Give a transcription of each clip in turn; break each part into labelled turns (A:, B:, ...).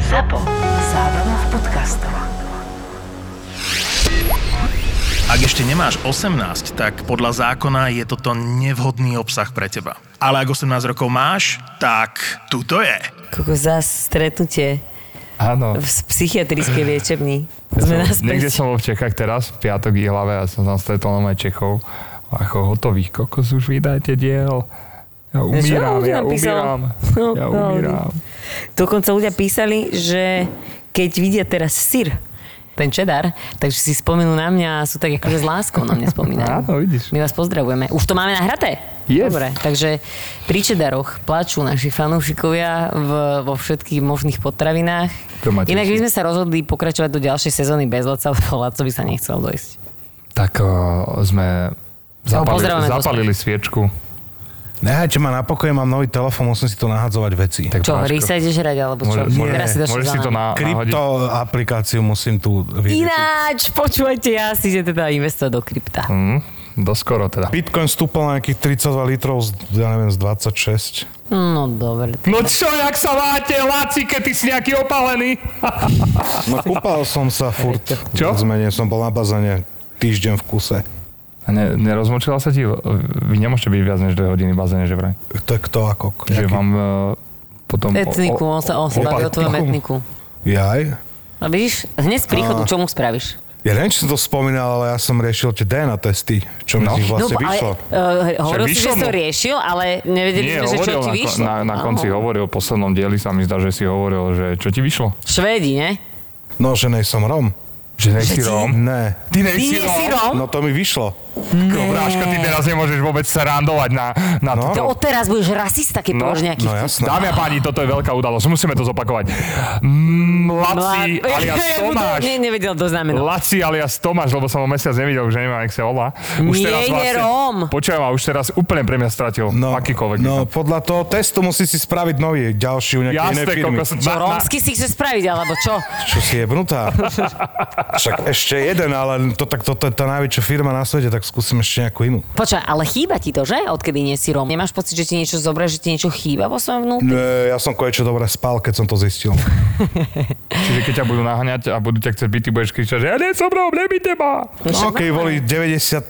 A: Zapo. Zábrná v podcastov.
B: Ak ešte nemáš 18, tak podľa zákona je toto nevhodný obsah pre teba. Ale ak 18 rokov máš, tak tuto je.
C: Koko, zás stretnutie
D: Áno.
C: v s- psychiatrickej liečebni.
D: Ja
C: Sme
D: som-
C: naspäť.
D: Niekde som bol v Čechách teraz, v piatok v hlave a som tam stretol aj Čechov. Ako hotových kokos, už vydajte diel. Ja umíram,
C: už
D: ja
C: nám písal.
D: umíram.
C: No,
D: Ja
C: no,
D: umíram.
C: Dokonca ľudia písali, že keď vidia teraz syr, ten čedar, takže si spomenú na mňa a sú tak akože s láskou na mňa spomínajú.
D: Áno, vidíš.
C: My vás pozdravujeme. Už to máme nahraté.
D: Yes.
C: Dobre, takže pri čedaroch plačú naši fanúšikovia v, vo všetkých možných potravinách.
D: To ma teší.
C: Inak my sme sa rozhodli pokračovať do ďalšej sezóny bez Laca, lebo Laco by sa nechcel dojsť.
D: Tak o,
C: No,
D: sme zapali,
C: pozdravujeme do
D: zapalili sviečku.
E: Nehajte ma na pokoje, mám nový telefón, musím si tu nahadzovať veci.
D: Tak
E: Tak
C: Čo,
D: Práško,
C: hry sa ideš hrať, alebo čo?
D: môže-
E: Nie.
C: Teraz si došiel
D: Môžeš
C: za
D: si to
C: nami.
D: na, nahodiť.
E: Krypto aplikáciu musím tu vyriešiť.
C: Ináč, počúvajte, ja si idem teda investovať do krypta.
D: Hm, doskoro teda.
E: Bitcoin stúpol na nejakých 32 litrov, z, ja neviem, z 26.
C: No dobre.
D: No čo, jak sa máte, Laci, keď ty si nejaký opalený?
E: No kúpal som sa furt.
D: Čo?
E: Zmenej som bol na bazene týždeň v kuse.
D: A Ne, nerozmočila sa ti? Vy nemôžete byť viac než 2 hodiny v bazéne, že vraj?
E: To je kto ako?
D: Že
E: Nejaký-
D: vám e, potom... o-
C: Etniku, on sa, on sa baví o tvojom
E: opa-
C: etniku.
E: Jaj?
C: A vidíš, hneď z príchodu, čo mu spravíš?
E: Ja neviem, či som to spomínal, ale ja som riešil tie DNA testy, čo mi
D: No.
E: z nich vlastne
C: ale,
E: vyšlo.
C: uh, hovoril si, že si
D: vyšlo
C: to
D: mu.
C: riešil, ale nevedeli
D: Nie,
C: sme, že čo
D: hovoril
C: ti
D: na,
C: vyšlo.
D: na, na konci
C: Áno.
D: hovoril, v poslednom dieli sa mi zdá, že si hovoril, že čo ti vyšlo?
C: Švédi, ne?
E: No, že nej som Rom.
D: Že nejsi
C: ti-
D: Róm.
E: Ne.
D: Ty
C: Ty nie si Róm?
E: No to mi vyšlo.
D: Bráško, ty teraz nemôžeš vôbec sa randovať na, na
C: To
E: No.
D: toto.
C: odteraz budeš rasista, keď
D: No,
C: polož nejaký
E: No jasné.
D: Dámy a páni, toto je veľká udalosť, musíme to zopakovať. Mm, Laci
C: Mlad-
D: alias
C: Ja mu to-
D: Tomáš.
C: No, Nie, nevedel no. to znameno.
D: Laci alias Tomáš, lebo som ho mesiac nevidel, už neviem, jak sa volá. vlastne-
C: Nie, je Róm.
D: Počujem, a už teraz úplne pre mňa stratil
E: No,
D: akýkoľvek.
E: no
D: význam.
E: podľa toho testu musí si spraviť nový, ďalší u nejakej
D: Jasné,
E: inej firmy.
D: koľko som...
C: Čo, rómsky si chceš spraviť, alebo čo?
E: Čo si jebnutá? Však ešte jeden, ale to, tak, to, to je tá najväčšia firma na svete, tak skúsim ešte nejakú inú.
C: Počkaj, ale chýba ti to, že? Odkedy nie si Róm. Nemáš pocit, že ti niečo zobrať, že ti niečo chýba vo svojom vnútri?
E: Ne, ja som koječo dobre spal, keď som to zistil.
D: Čiže keď ťa budú naháňať a budú ťa chcieť byť, ty budeš kričať, že ja nie som Róm, nebyte ma.
E: No, keď boli 97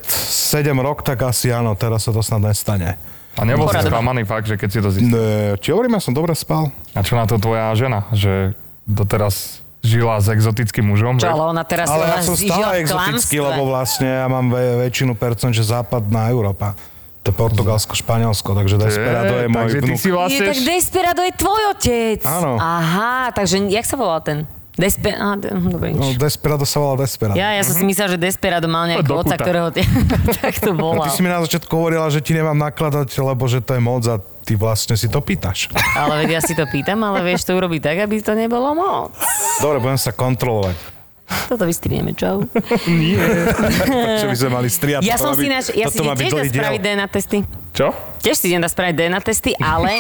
E: rok, tak asi áno, teraz sa to snad nestane.
D: A nebol si
C: Poradu.
D: sklamaný fakt, že keď si to zistil.
E: Ne, ti hovorím, ja som dobre spal.
D: A čo na to tvoja žena, že doteraz žila s exotickým mužom?
C: Čo,
D: že-
C: ale ona teraz
E: Ale
C: ona
E: ja
C: žila
E: som
C: v
E: stále exotický,
C: klamstve.
E: lebo vlastne ja mám ve- väčšinu percent, že západná Európa. To je Portugalsko, Španielsko, takže Desperado je môj
D: Takže ty
E: vnúk.
D: si vlastne...
C: Je, tak Desperado je tvoj otec.
E: Áno.
C: Aha, takže jak sa volal ten? Despe... Aha, d- hm, dobre,
E: No,
C: nič.
E: Desperado sa volá Desperado.
C: Ja, ja som si myslela, že Desperado mal nejakého
D: No, Do
C: otca,
D: kúta.
C: ktorého te... tak to
E: No,
C: volal.
E: ty si mi na začiatku hovorila, že ti nemám nakladať, lebo že to je moc a ty vlastne si to pýtaš.
C: Ale veď ja si to pýtam, ale vieš to urobiť tak, aby to nebolo moc.
E: Dobre, budem sa kontrolovať.
C: Toto vystrieme, čau.
E: Takže by sme mali striať.
C: Ja som
E: toto má
C: si
E: byť-
C: ináč, ja si
E: toto má
C: idem
E: byť
C: tiež
E: dlhý
C: dať
E: diel.
C: spraviť DNA testy.
D: Čo?
C: Tiež si idem dať spraviť DNA testy, ale,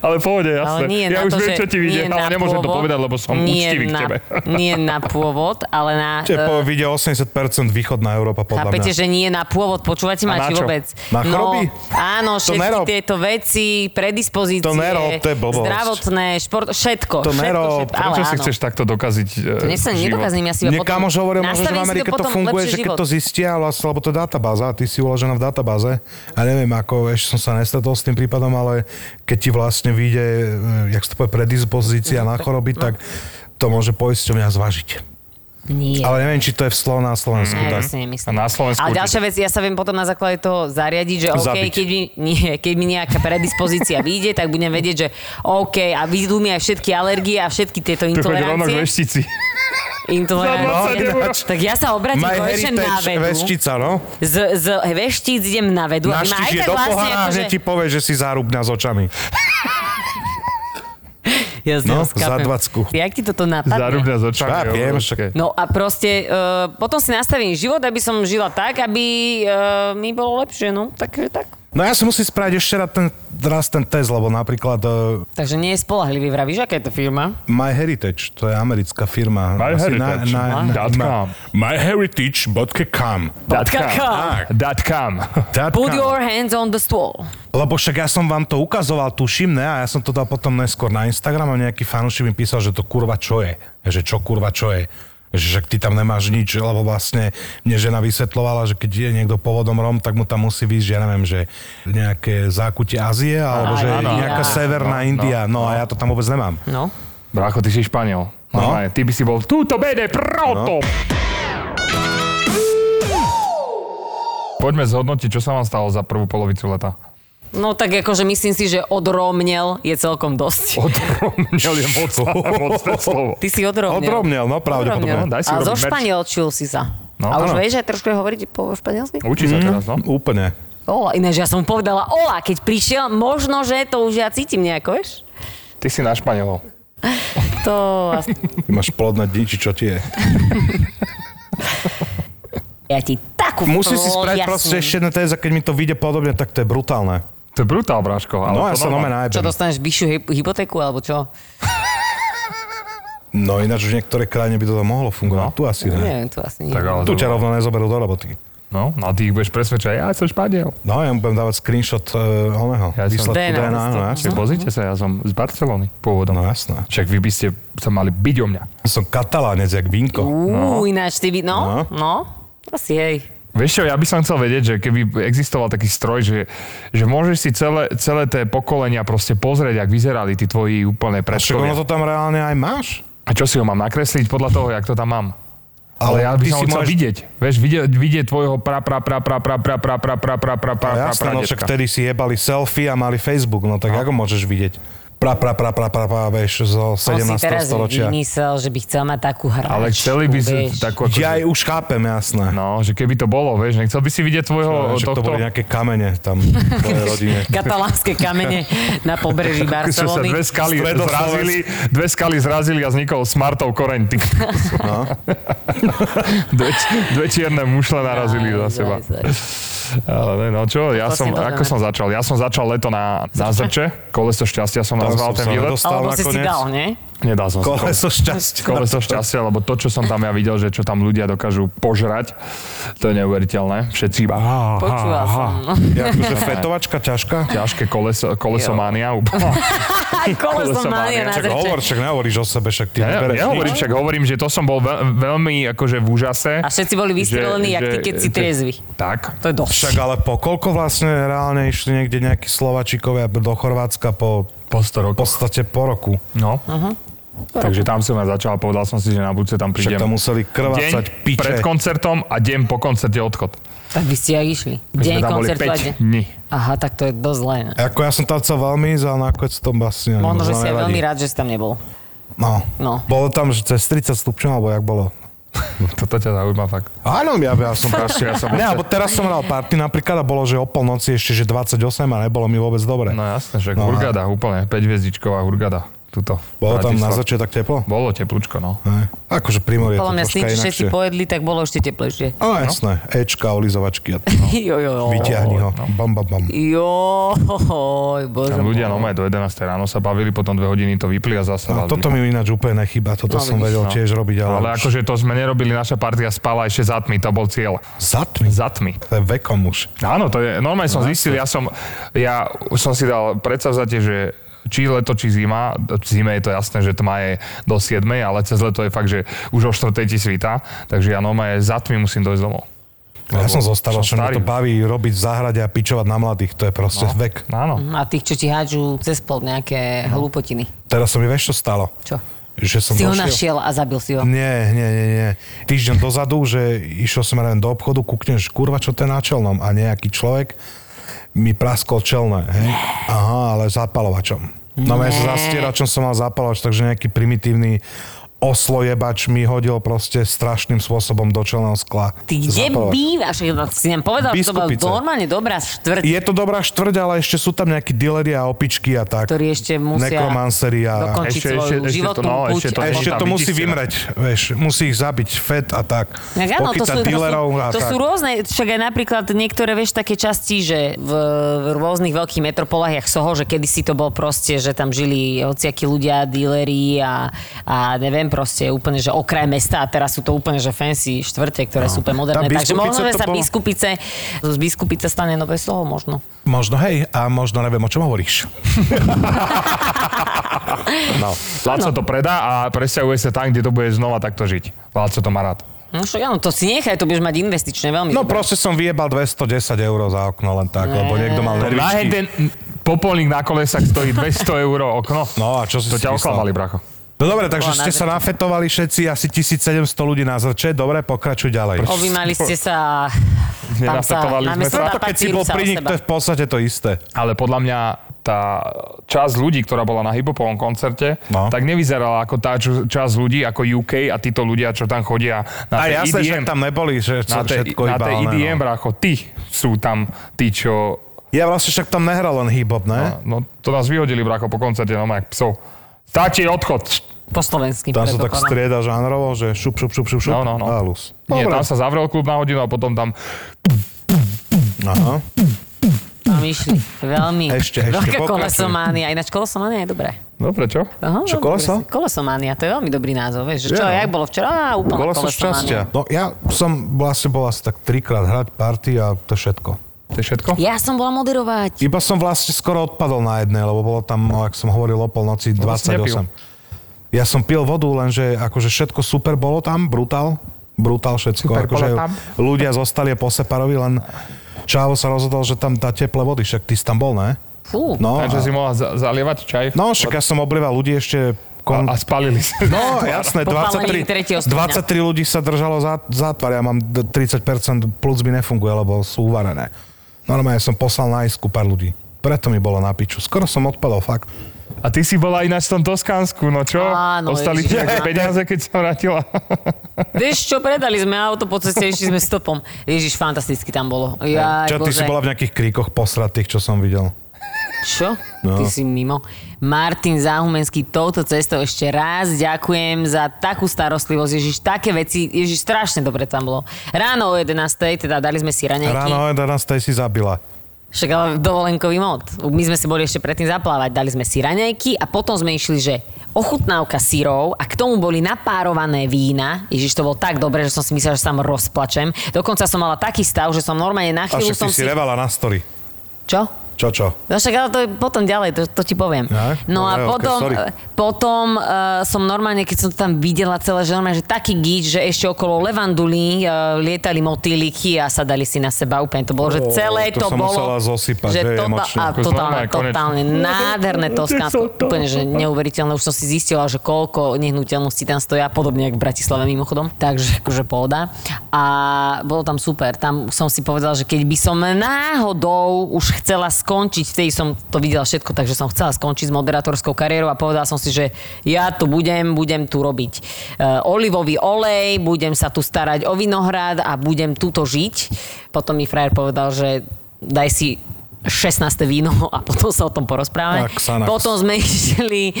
D: Ale pohode,
C: ale
D: jasne.
C: nie na
D: ja už
C: to,
D: viem,
C: že
D: čo ti
C: nie
D: vyjde, ale
C: na
D: nemôžem to
C: pôvod,
D: povedať, lebo som
C: nie
D: úctivý k
C: na,
D: tebe.
C: Nie na pôvod, ale na...
E: Čiže
C: eh,
E: po, vyjde 80% východná Európa podľa
C: Chápete,
E: mňa.
C: že nie na pôvod, počúvate ma
D: na
C: či
D: čo?
C: vôbec? No,
E: Na choroby?
C: áno,
E: To
C: všetky
E: nerob.
C: tieto veci, predispozície,
E: To nerob, to je blbosť.
C: zdravotné, šport, všetko.
E: To
C: všetko,
E: nerob.
C: všetko, ale
D: Prečo si
C: áno.
E: e,
D: chceš takto dokaziť
C: To nie sa
D: e, život?
C: nedokazím, ja si iba
E: Mne
C: potom...
E: kamoš hovoril, možno, že v
C: nastavím si
E: Amerike to,
C: potom
E: funguje,
C: lepší
E: že keď
C: život.
E: to zistia, vlastne, lebo to je databáza a ty si uložená v databáze. A neviem, ako ešte som sa nestretol s tým prípadom, ale keď ti vlastne vyjde, eh, jak sa to povie,
C: Mhm,
E: predispozícia na choroby,
C: no.
E: tak to môže poisťovňa zvážiť.
C: Nie.
E: Ale neviem, či to je v Slo- na Slovensku.
C: Ja
E: tak.
C: si nemyslím.
D: A na Slovensku
C: Ale
D: určite.
C: ďalšia vec, ja sa viem potom na základe toho zariadiť, že OK,
E: Zabiť.
C: keď mi, nie, keď mi nejaká predispozícia vyjde, tak budem vedieť, že OK, a vyjdú mi aj všetky alergie a všetky tieto
D: Tu choď rovno k
C: intolerancie.
D: veštici. Za 20 eur.
C: Intolerancie. Tak ja sa obratím
E: No, My
C: konečne na
E: Heritage
C: vedu.
E: Veštica, no?
C: Z, z veštíc idem na vedu. a vy ma aj
E: Naštiš je
C: tak
E: do
C: vlastne
E: pohana a
C: akože...
E: hneď ti povie, že si zárubňa s očami.
C: Jasne,
E: No,
C: skápem.
E: za dvacku.
C: Jak ti toto napadne?
D: Zárubňa z očami.
E: Ja viem,
D: obrovské.
E: však-
C: No a proste uh, potom si nastavím život, aby som žila tak, aby uh, mi bolo lepšie, no. Takže tak.
E: No ja si musím spraviť ešte raz ten raz ten test, lebo napríklad uh,
C: Takže nie je spolahlivý, vravíš, aká je to firma?
E: MyHeritage, to je americká firma.
D: MyHeritage. Dot com.
E: MyHeritage.com
C: Datka.
D: Dot com.
E: Dot
C: Put
E: com.
C: your hands on the stool.
E: Lebo však ja som vám to ukazoval, tuším, ne? A ja som to dal potom neskôr na Instagram a nejaký fanúšik mi písal, že to kurva čo je. Že čo kurva čo je. Že však ty tam nemáš nič, lebo vlastne mne žena vysvetlovala, že keď je niekto pôvodom Rom, tak mu tam musí výjsť, ja neviem, že nejaké zákutie Ázie,
C: Á,
E: alebo že
C: áno,
E: nejaká
C: áno.
E: severná
D: No,
E: India. No, a ja to tam vôbec nemám.
C: No.
D: Brácho, ty si Španiel.
E: No.
D: Normálne, ty by si bol túto bene proto. Poďme zhodnotiť, čo sa vám stalo za prvú polovicu leta.
C: No tak akože myslím si, že odromnel je celkom dosť.
D: Odromnel je moc, mocné slovo.
C: Ty si odromnel.
E: Odromnel, no pravdepodobne.
D: Odromnel. Daj si
C: A
D: urobiť
C: zo
D: merch.
C: španielčil si sa. No,
D: No,
C: a už
D: áno.
C: vieš, aj trošku hovoriť po španielsky?
D: Učí sa teraz, no?
E: Mhm, Úplne.
C: Ola, ináč ja som mu povedala Ola, keď prišiel, možno, že to už ja cítim nejako, vieš?
D: Ty si na Španielov.
C: To... asi-
E: Ty máš plodné dni, či čo ti je.
C: Ja ti takú...
E: Musíš si spraviť
C: jasnú.
E: proste ešte jedna téza, keď mi to vyjde podobne, tak to je brutálne.
D: To je brutál, Bráško. Ale
E: No ja
D: to
E: sa
D: normálne.
E: nome
C: Čo,
E: nájdem.
C: dostaneš vyššiu hy- hypotéku, alebo čo?
E: No ináč už niektoré krajine by to tam mohlo
D: No.
E: fungovať. Tu asi ne.
C: Neviem, to asi nie.
D: Tak ale...
E: Tu ťa rovno nezoberú do roboty.
D: No, no a ty ich budeš presvedčať. Ja som Španiel.
E: No ja mu budem dávať screenshot uh, oného.
D: Ja
E: Ja
D: som-
E: výsledku
C: DNA,
E: DNA. no,
C: výsledku.
E: jasné.
D: Čiže pozrite sa, ja som z Barcelony pôvodom.
E: no jasné.
D: Však vy by ste sa mali byť o mňa.
E: Som katalánec, jak vínko.
C: Uú, ináč ty by... No,
E: No.
C: no. Asi hej.
D: Vieš čo, ja by som chcel vedieť, že keby existoval taký stroj, že, že môžeš si celé, celé tie pokolenia proste pozrieť, ak vyzerali tí tvoji úplne
E: Však ono
D: predškolia.
E: to tam reálne aj máš.
D: A čo si ho mám nakresliť podľa toho, jak to tam mám? Ale, ja by
E: ty
D: som ho
E: si
D: chcel
E: môžeš-
D: vidieť. Vieš, vidieť, vidieť tvojho pra pra pra pra pra pra pra pra pra pra pra pra pra
E: Ale jasné, no však
D: pradedka.
E: vtedy si jebali selfie a mali Facebook, no tak ako môžeš vidieť? Pra, pra, pra, pra, pra, pra, vieš,
C: On
E: zo
C: si
E: 17.
C: teraz
E: storočia.
C: vymyslel, že by chcel mať takú hračku,
D: Ale chceli by si
C: vieš.
D: takú... Akože,
E: Ja aj už chápem, jasné.
D: No, že keby to bolo, vieš, nechcel by si vidieť tvojho
E: Však to
D: tohto...
E: boli nejaké kamene tam v tvojej rodine.
C: Katalánske kamene na pobreží
D: Čo sa
C: Barcelony.
D: dve skaly
E: Stredoslovensk-
D: zrazili, dve skaly zrazili a vznikol smartov koreň. Ty.
E: No.
D: dve, dve čierne mušle narazili za
E: No,
C: Aj,
D: seba.
C: aj, aj.
D: Ale no čo, ja
C: To si
D: som,
C: pozrieme.
D: ako som začal? Ja som začal leto na, na zrče. Koleso šťastia som
E: Tam
D: nazval
E: som
D: ten
E: sa
D: výlet.
E: nedostal. Stal
C: Alebo si si
E: nakoniec.
C: dal, nie?
D: Nedal som si
E: Koleso šťastia.
D: koleso šťastia, lebo to, čo som tam ja videl, že čo tam ľudia dokážu požrať, to je neuveriteľné. Všetci iba... "Á, á,
C: Počula
D: á."
C: som. no.
E: Ja, akože fetovačka ťažká.
D: Ťažké koleso, kolesománia. úplne.
C: Aj koleso
D: Koleso
C: mania
D: mania,
C: na
E: Však
C: zrče.
E: hovor, však nehovoríš o sebe, však ty
D: Ja,
E: nebereš
D: ja hovorím,
E: nič.
D: však hovorím, že to som bol veľ, veľmi akože v úžase.
C: A všetci boli vystrelení,
D: Že-
C: jak ty,
D: že-
C: keď si
D: že-
C: triezvy.
D: Tak.
C: To je dosť.
E: Však ale po koľko vlastne reálne išli niekde nejakí Slovačikovia do Chorvátska po
D: Po 100
E: v podstate po roku.
D: No.
C: Mhm.
D: Takže tam som ja začal, a povedal som si, že na budúce tam
E: Však
D: prídem.
E: tam museli
D: deň
E: krvácať piče.
D: pred koncertom a deň po koncerte odchod.
C: Tak by ste aj išli.
D: My
C: Deň
D: sme tam boli
C: koncertu a deň.
D: 5 dní.
C: Aha, tak to je dosť zlé. ne?
E: Ako ja som tam chcel veľmi ísť, ale nakoniec to vlastne
C: Možno, že
E: to
C: si aj
E: nevadí.
C: veľmi rád, že si tam nebol.
E: No.
C: No.
E: Bolo tam že cez 30 stupňov, alebo jak bolo?
D: No, Toto ťa zaujíma fakt.
E: Áno, ja, ja som
D: Proste, ja som...
E: Ne, alebo teraz som hral party napríklad a bolo, že o polnoci ešte, že 28 a nebolo mi vôbec dobre.
D: No jasné, že
E: No,
D: Hurgada, úplne. 5 hviezdičková Hurgada. Tuto. v
E: Bolo tam na
D: Bratislave.
E: začiatok tak teplo?
D: Bolo teplúčko, no.
E: Ne. Akože pri mori je to
C: Podľa mňa s
E: troška
C: tým, čo
E: inakšie.
C: všetci pojedli, tak bolo ešte teplejšie.
E: No jasné, Ečka, olizovačky a
D: No,
C: Jo, jo, jo.
E: No. vyťahni ho. Bam, bam, bam.
C: Joj, bože
D: Tam ľudia
C: môj.
D: normálne do 11 ráno sa bavili, potom 2 hodiny to vypli a zase
E: A
D: dali.
E: No, toto mi ináč úplne nechyba, toto
C: No,
E: som
C: vidíš,
E: vedel
D: no.
E: tiež robiť, ale,
D: Ale
E: už
D: akože to sme nerobili, naša partia spala ešte za tmy, to bol cieľ.
E: zatmi,
D: Za tmy.
E: to je vekom už.
D: Áno, to je, normálne som zistil, ja som, ja som si dal predsavzatie, že či leto, či zima, v zime je to jasné, že tma je do 7, ale cez leto je fakt, že už o 4 ti svíta, takže ja normálne za tmy musím dojsť domov.
E: Ja
D: Lebo
E: som zostal,
D: som
E: čo mňa
D: starý No.
E: to
D: už.
E: baví robiť v záhrade a pičovať na mladých, to je proste vek.
D: Áno.
C: A tých, čo ti hádžu cez plot nejaké hlúpotiny.
E: Teraz som mi vieš, čo stalo?
C: Čo?
E: Že No. som
C: Si ho
E: došiel-
C: našiel a zabil si ho.
E: Nie, nie, nie, nie. Týždeň dozadu, že išiel som len do obchodu, kúkneš, kurva, čo to je na čelnom a nejaký človek mi praskol čelné, hej? Aha, ale zapalovačom. No ja
C: Ne.
E: sa zastieračom som mal zapalovač, takže nejaký primitívny oslojebač mi hodil proste strašným spôsobom do čelného skla.
C: Ty kde
E: Zapala-
C: bývaš? Ja Si nám povedal, že to bola
E: Biskupice.
C: normálne dobrá štvrť,
E: Je to dobrá štvrť, ale ešte sú tam nejakí dilery a opičky a tak.
C: ktorí ešte musia
E: Nekromancery a...
C: dokončiť
D: Ešte-
C: svoju
D: ešte- ešte to-
C: životnú
D: no,
C: púť.
D: ešte to-
E: A ešte to
D: Tam
E: musí
D: vyčistila.
E: vymreť, vieš, musí ich zabiť FED a tak.
C: Tak áno, to
E: Pochytať
C: sú, to,
E: dealerov
C: sú,
E: a
C: to
E: tak.
C: sú rôzne, však aj napríklad niektoré, vieš, také časti, že v, v rôznych veľkých metropolách, jak Soho, že kedysi to bol proste, že tam žili hociakí ľudia, díleri a, a neviem, proste úplne, že okraj mesta a teraz sú to úplne, že fancy štvrte, ktoré no. sú úplne moderné.
E: Tá
C: Takže
E: Biskupice
C: možno, že
E: to
C: sa
E: bolo-
C: biskupice, z biskupice stane nové Soho, možno.
E: Možno hej, a možno neviem, o čom hovoríš.
D: No. Láco to predá a presťahuje sa tam, kde to bude znova takto žiť. Láco to má rád.
C: No však áno, to si nechaj, to budeš mať investičné veľmi.
E: No
C: dobre.
E: proste som vyjebal 210 eur za okno len tak, lebo niekto mal
D: Mm. Na
E: nervičky.
D: jeden popolník na kolesách stojí 200 eur okno.
E: No a čo si
D: To
E: si
D: ťa
E: myslel?
D: oklamali, bracho.
E: No dobre,
C: Bola
E: takže
C: na
E: ste sa nafetovali všetci, asi 1700 ľudí na zrče. Dobre, pokračuj ďalej.
C: Objímali ste sa... tam sa-
D: Nenafetovali sme
C: namiesto
D: sa.
E: No to keď si bol
C: papíru sa o
E: pri nich,
C: seba.
E: to je v podstate to isté.
D: Ale podľa mňa tá časť ľudí, ktorá bola na hipopovom koncerte, no.
E: No.
D: tak nevyzerala ako tá čo, časť ľudí, ako UK a títo ľudia, čo tam chodia na
E: A
D: tej
E: jasné, že
D: EDM.
E: tam neboli, že
D: na tej, E
E: všetko
D: na
E: iba...
D: tej
E: oné,
D: EDM,
E: no.
D: bracho, tí sú tam tí, čo...
E: Ja vlastne však tam nehral len hip-hop, ne?
D: No, to nás vyhodili, bracho, po koncerte, no jak psov. Tati, odchod!
C: Po slovensky.
E: Tam sa tak
C: predpokladám.
E: strieda žánrovo, že šup, šup, šup, šup, šup.
D: No, no, no.
E: A lus.
D: Nie,
E: Dobre.
D: tam sa zavrel klub na hodinu a potom tam...
E: Aha.
C: Tam išli. Veľmi.
E: Ešte, ešte,
C: Veľká
E: pokračuj.
C: kolesománia. Ináč kolesománia je dobré.
D: Dobre, čo?
C: Aha,
E: Čo,
C: dobre
E: koleso?
C: si- Kolesománia, to je veľmi dobrý názov. Vieš, že čo,
E: Je, no.
C: jak bolo včera? Á, úplná
E: Bolo som
C: kolesománia.
E: šťastia. No ja som vlastne bol asi tak trikrát hrať party a to všetko.
D: To je všetko?
C: Ja som bola moderovať.
E: Iba som vlastne skoro odpadol na jednej, lebo bolo tam, no, ak som hovoril, o
D: si
E: polnoci
D: nepil.
E: 28. Ja som pil vodu, lenže akože všetko super bolo tam, brutál, brutál všetko.
D: Super
E: akože
D: bolo tam.
E: ľudia zostali po separovi, len Čávo sa rozhodol, že tam dá teple vody, však ty si tam bol, ne?
C: Fú.
E: No, a,
D: Takže si mohla za- zalievať čaj?
E: no však ja som oblieval ľudí ešte kon...
D: A, a spalili sa.
E: No, jasné,
C: Popálenie
E: 23,
C: tretieho
E: 23
C: stupňa.
E: ľudí sa držalo za, za tvár. Ja mám d- 30% plus mi nefunguje, lebo sú uvarené. Normálne som poslal na isku pár ľudí. Preto mi bolo na piču. Skoro som odpadol, fakt.
D: A ty si bola ináč v tom Toskánsku, no čo?
C: Áno,
D: Ostali ti
C: ježiš,
D: nejaké
C: áno.
D: peniaze, keď sa vrátila?
C: Vieš čo, predali sme auto, po ceste išli sme stopom. Ježiš, fantasticky tam bolo. Ja,
E: Čo, ty si bola v nejakých kríkoch posratých, čo som videl.
C: Čo?
E: No.
C: Ty si mimo. Martin Záhumenský touto cestou ešte raz ďakujem za takú starostlivosť. Ježiš, také veci, ježiš, strašne dobre tam bolo. Ráno o 11.00, teda dali sme si raňajky.
E: Ráno o 11. si zabila.
C: Však ale dovolenkový mod. My sme si boli ešte predtým zaplávať, dali sme si raňajky a potom sme išli, že ochutnávka sírov a k tomu boli napárované vína. Ježiš, to bolo tak dobre, že som si myslela, že sa tam rozplačem. Dokonca som mala taký stav, že som normálne na
E: A
C: chvíľu
E: však ty
C: som
E: si revala na story.
C: Čo?
E: Čo, čo?
C: No však ale to je potom ďalej, to, to ti poviem.
E: Ja?
C: No a
E: Dobre, ok,
C: potom,
E: sorry.
C: potom uh, som normálne, keď som to tam videla celé, že normálne, že taký gíč, že ešte okolo levandulí uh, lietali motýliky a sadali si na seba úplne. To bolo, že
E: Ó,
C: celé
E: to
C: to,
E: sa
C: bolo...
E: musela zosypať, že je emočne.
C: a
D: Ako
C: totálne,
D: znova, konečne.
C: totálne nádherné Toskánsko. Úplne, že neuveriteľné. Už som si zistila, že koľko nehnuteľností tam stoja, podobne ako v Bratislave mimochodom. Takže akože pohoda. A bolo tam super. Tam som si povedala, že keď by som náhodou už chcela skončiť, vtedy som to videla všetko, takže som chcela skončiť s moderátorskou kariérou a povedala som si, že ja tu budem, budem tu robiť e, olivový olej, budem sa tu starať o vinohrad a budem tuto žiť. Potom mi frajer povedal, že daj si 16. víno a potom sa o tom porozprávame.
E: Tak, Xanax.
C: Potom sme išli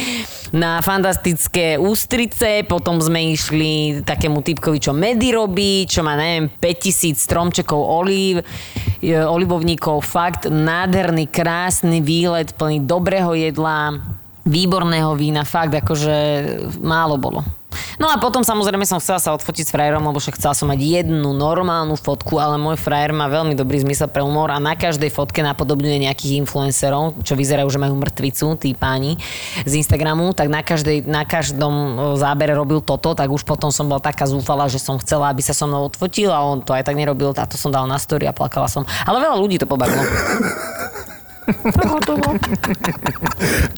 C: na fantastické ústrice, potom sme išli takému typkovi, čo medy robí, čo má, neviem, 5000 stromčekov olív, e, olivovníkov, fakt nádherný, krásny výlet, plný dobrého jedla, výborného vína, fakt akože málo bolo. No a potom samozrejme som chcela sa odfotiť s frajerom, lebo však chcela som mať jednu normálnu fotku, ale môj frajer má veľmi dobrý zmysel pre humor a na každej fotke napodobňuje nejakých influencerov, čo vyzerajú, že majú mŕtvicu, tí páni z Instagramu, tak na, každej, na každom e, zábere robil toto, tak už potom som bola taká zúfala, že som chcela, aby sa so mnou odfotil a on to aj tak nerobil a to som dal na story a plakala som. Ale veľa ľudí to pobavilo.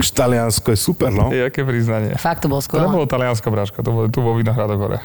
E: Už Taliansko je super, no.
D: Je, aké priznanie.
C: Fakt to bolo
D: To
C: skvelé.
D: nebolo talianská bráška, to bolo tu vo Vinohradoch hore.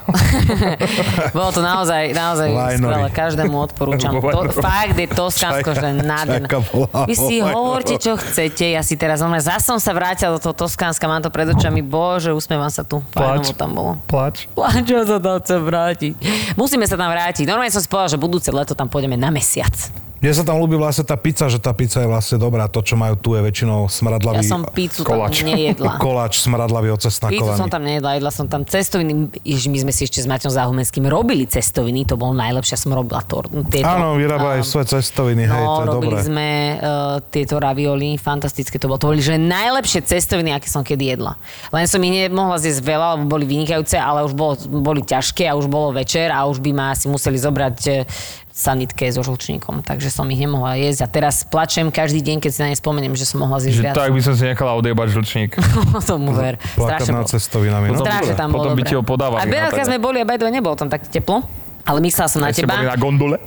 C: Bolo to naozaj, naozaj
E: Lajnovi.
C: skvelé. Každému odporúčam.
D: Vo
C: To,
D: Vajnovi.
C: fakt je Toskánsko, že nádherné.
E: čajka bola
C: Vy si
E: vo Vajnovi.
C: hovorte, čo chcete. Ja si teraz, normálne, zase som sa vrátila do toho Toskánska, mám to pred očami. Bože, usmievam sa tu. Fajnovo tam bolo.
D: Plač.
C: Čo sa tam chcem vrátiť? Musíme sa tam vrátiť. Normálne som si povedala, že budúce leto tam pôjdeme na mesiac.
E: Mne sa tam ľúbi vlastne tá pizza, že tá pizza je vlastne dobrá. To, čo majú tu, je väčšinou
C: Ja
E: smradlavý...
C: som pizzu
D: koláč.
C: tam nejedla.
E: Koláč smradlavý
C: Pizzu som
E: ocesnakovaný.
C: tam nejedla, jedla som tam cestoviny. Ježi, my sme si ešte s Maťom Záhumenským robili cestoviny, to bol najlepšia, som robila tort. Tieto,
E: Áno, vyrába
C: um,
E: aj svoje cestoviny, hej, to
C: No,
E: je
C: robili
E: dobré.
C: sme uh, tieto ravioli, fantastické to bolo. To boli, že najlepšie cestoviny, aké som kedy jedla. Len som ich nemohla zjesť veľa, lebo boli vynikajúce, ale už bolo, boli ťažké a už bolo večer a už by ma asi museli zobrať eh, sanitke so žlčníkom, takže som ich nemohla jesť. A teraz plačem každý deň, keď si na ne spomeniem, že som mohla zjesť
D: Že
C: viac.
D: tak by som si nechala odjebať žlčník.
C: Tomu ver.
E: Plakať
C: Strašne
E: nad
C: bolo-
E: cestovinami.
D: Potom-
E: No, dobre.
C: Strašne tam bolo
D: Potom by
C: dobre.
D: ti ho podávali
C: A
D: na
C: veľká
D: tebe.
C: sme boli, a by nebolo tam tak teplo. Ale myslela som na
D: Keď ste boli
C: teba.
D: na gondole?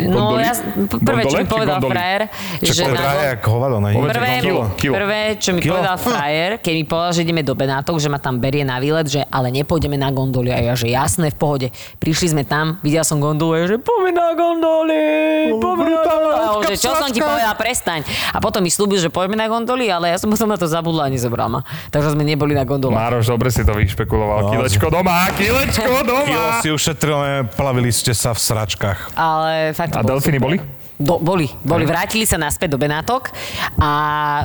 C: No,
D: Gondoli?
C: ja, prvé, čo
D: Gondole
C: mi
D: či
C: povedal
D: gondoli?
C: frajer,
E: Čo
C: že
E: to je
C: na
E: drahé, ako hovado, no, ne?
D: Povedz- no,
C: Prvé,
D: Kilo, kilo. Hm.
C: prvé, čo mi
E: Kilo?
C: povedal frajer, keď mi povedal, že ideme do Benátok, že ma tam berie na výlet, že ale nepôjdeme na gondoli. A ja, že jasné, v pohode. Prišli sme tam, videl som gondolu, a ja, že poďme na gondoli,
D: No,
C: poďme na gondoli. A on, že čo som ti povedal, prestaň. A potom mi slúbil, že poďme na gondoli, ale ja som som na to zabudla a nezobral ma. Takže sme neboli na gondole.
D: Mároš, dobre si to vyšpekuloval. Kilečko doma, kilečko
E: Kilo
D: doma.
E: si ušetril, ne? plavili ste sa v sračkách.
C: Ale fakt to
D: A
C: bolo
D: delfíny
C: super.
D: boli?
C: Do, boli, boli, vrátili sa naspäť do Benátok a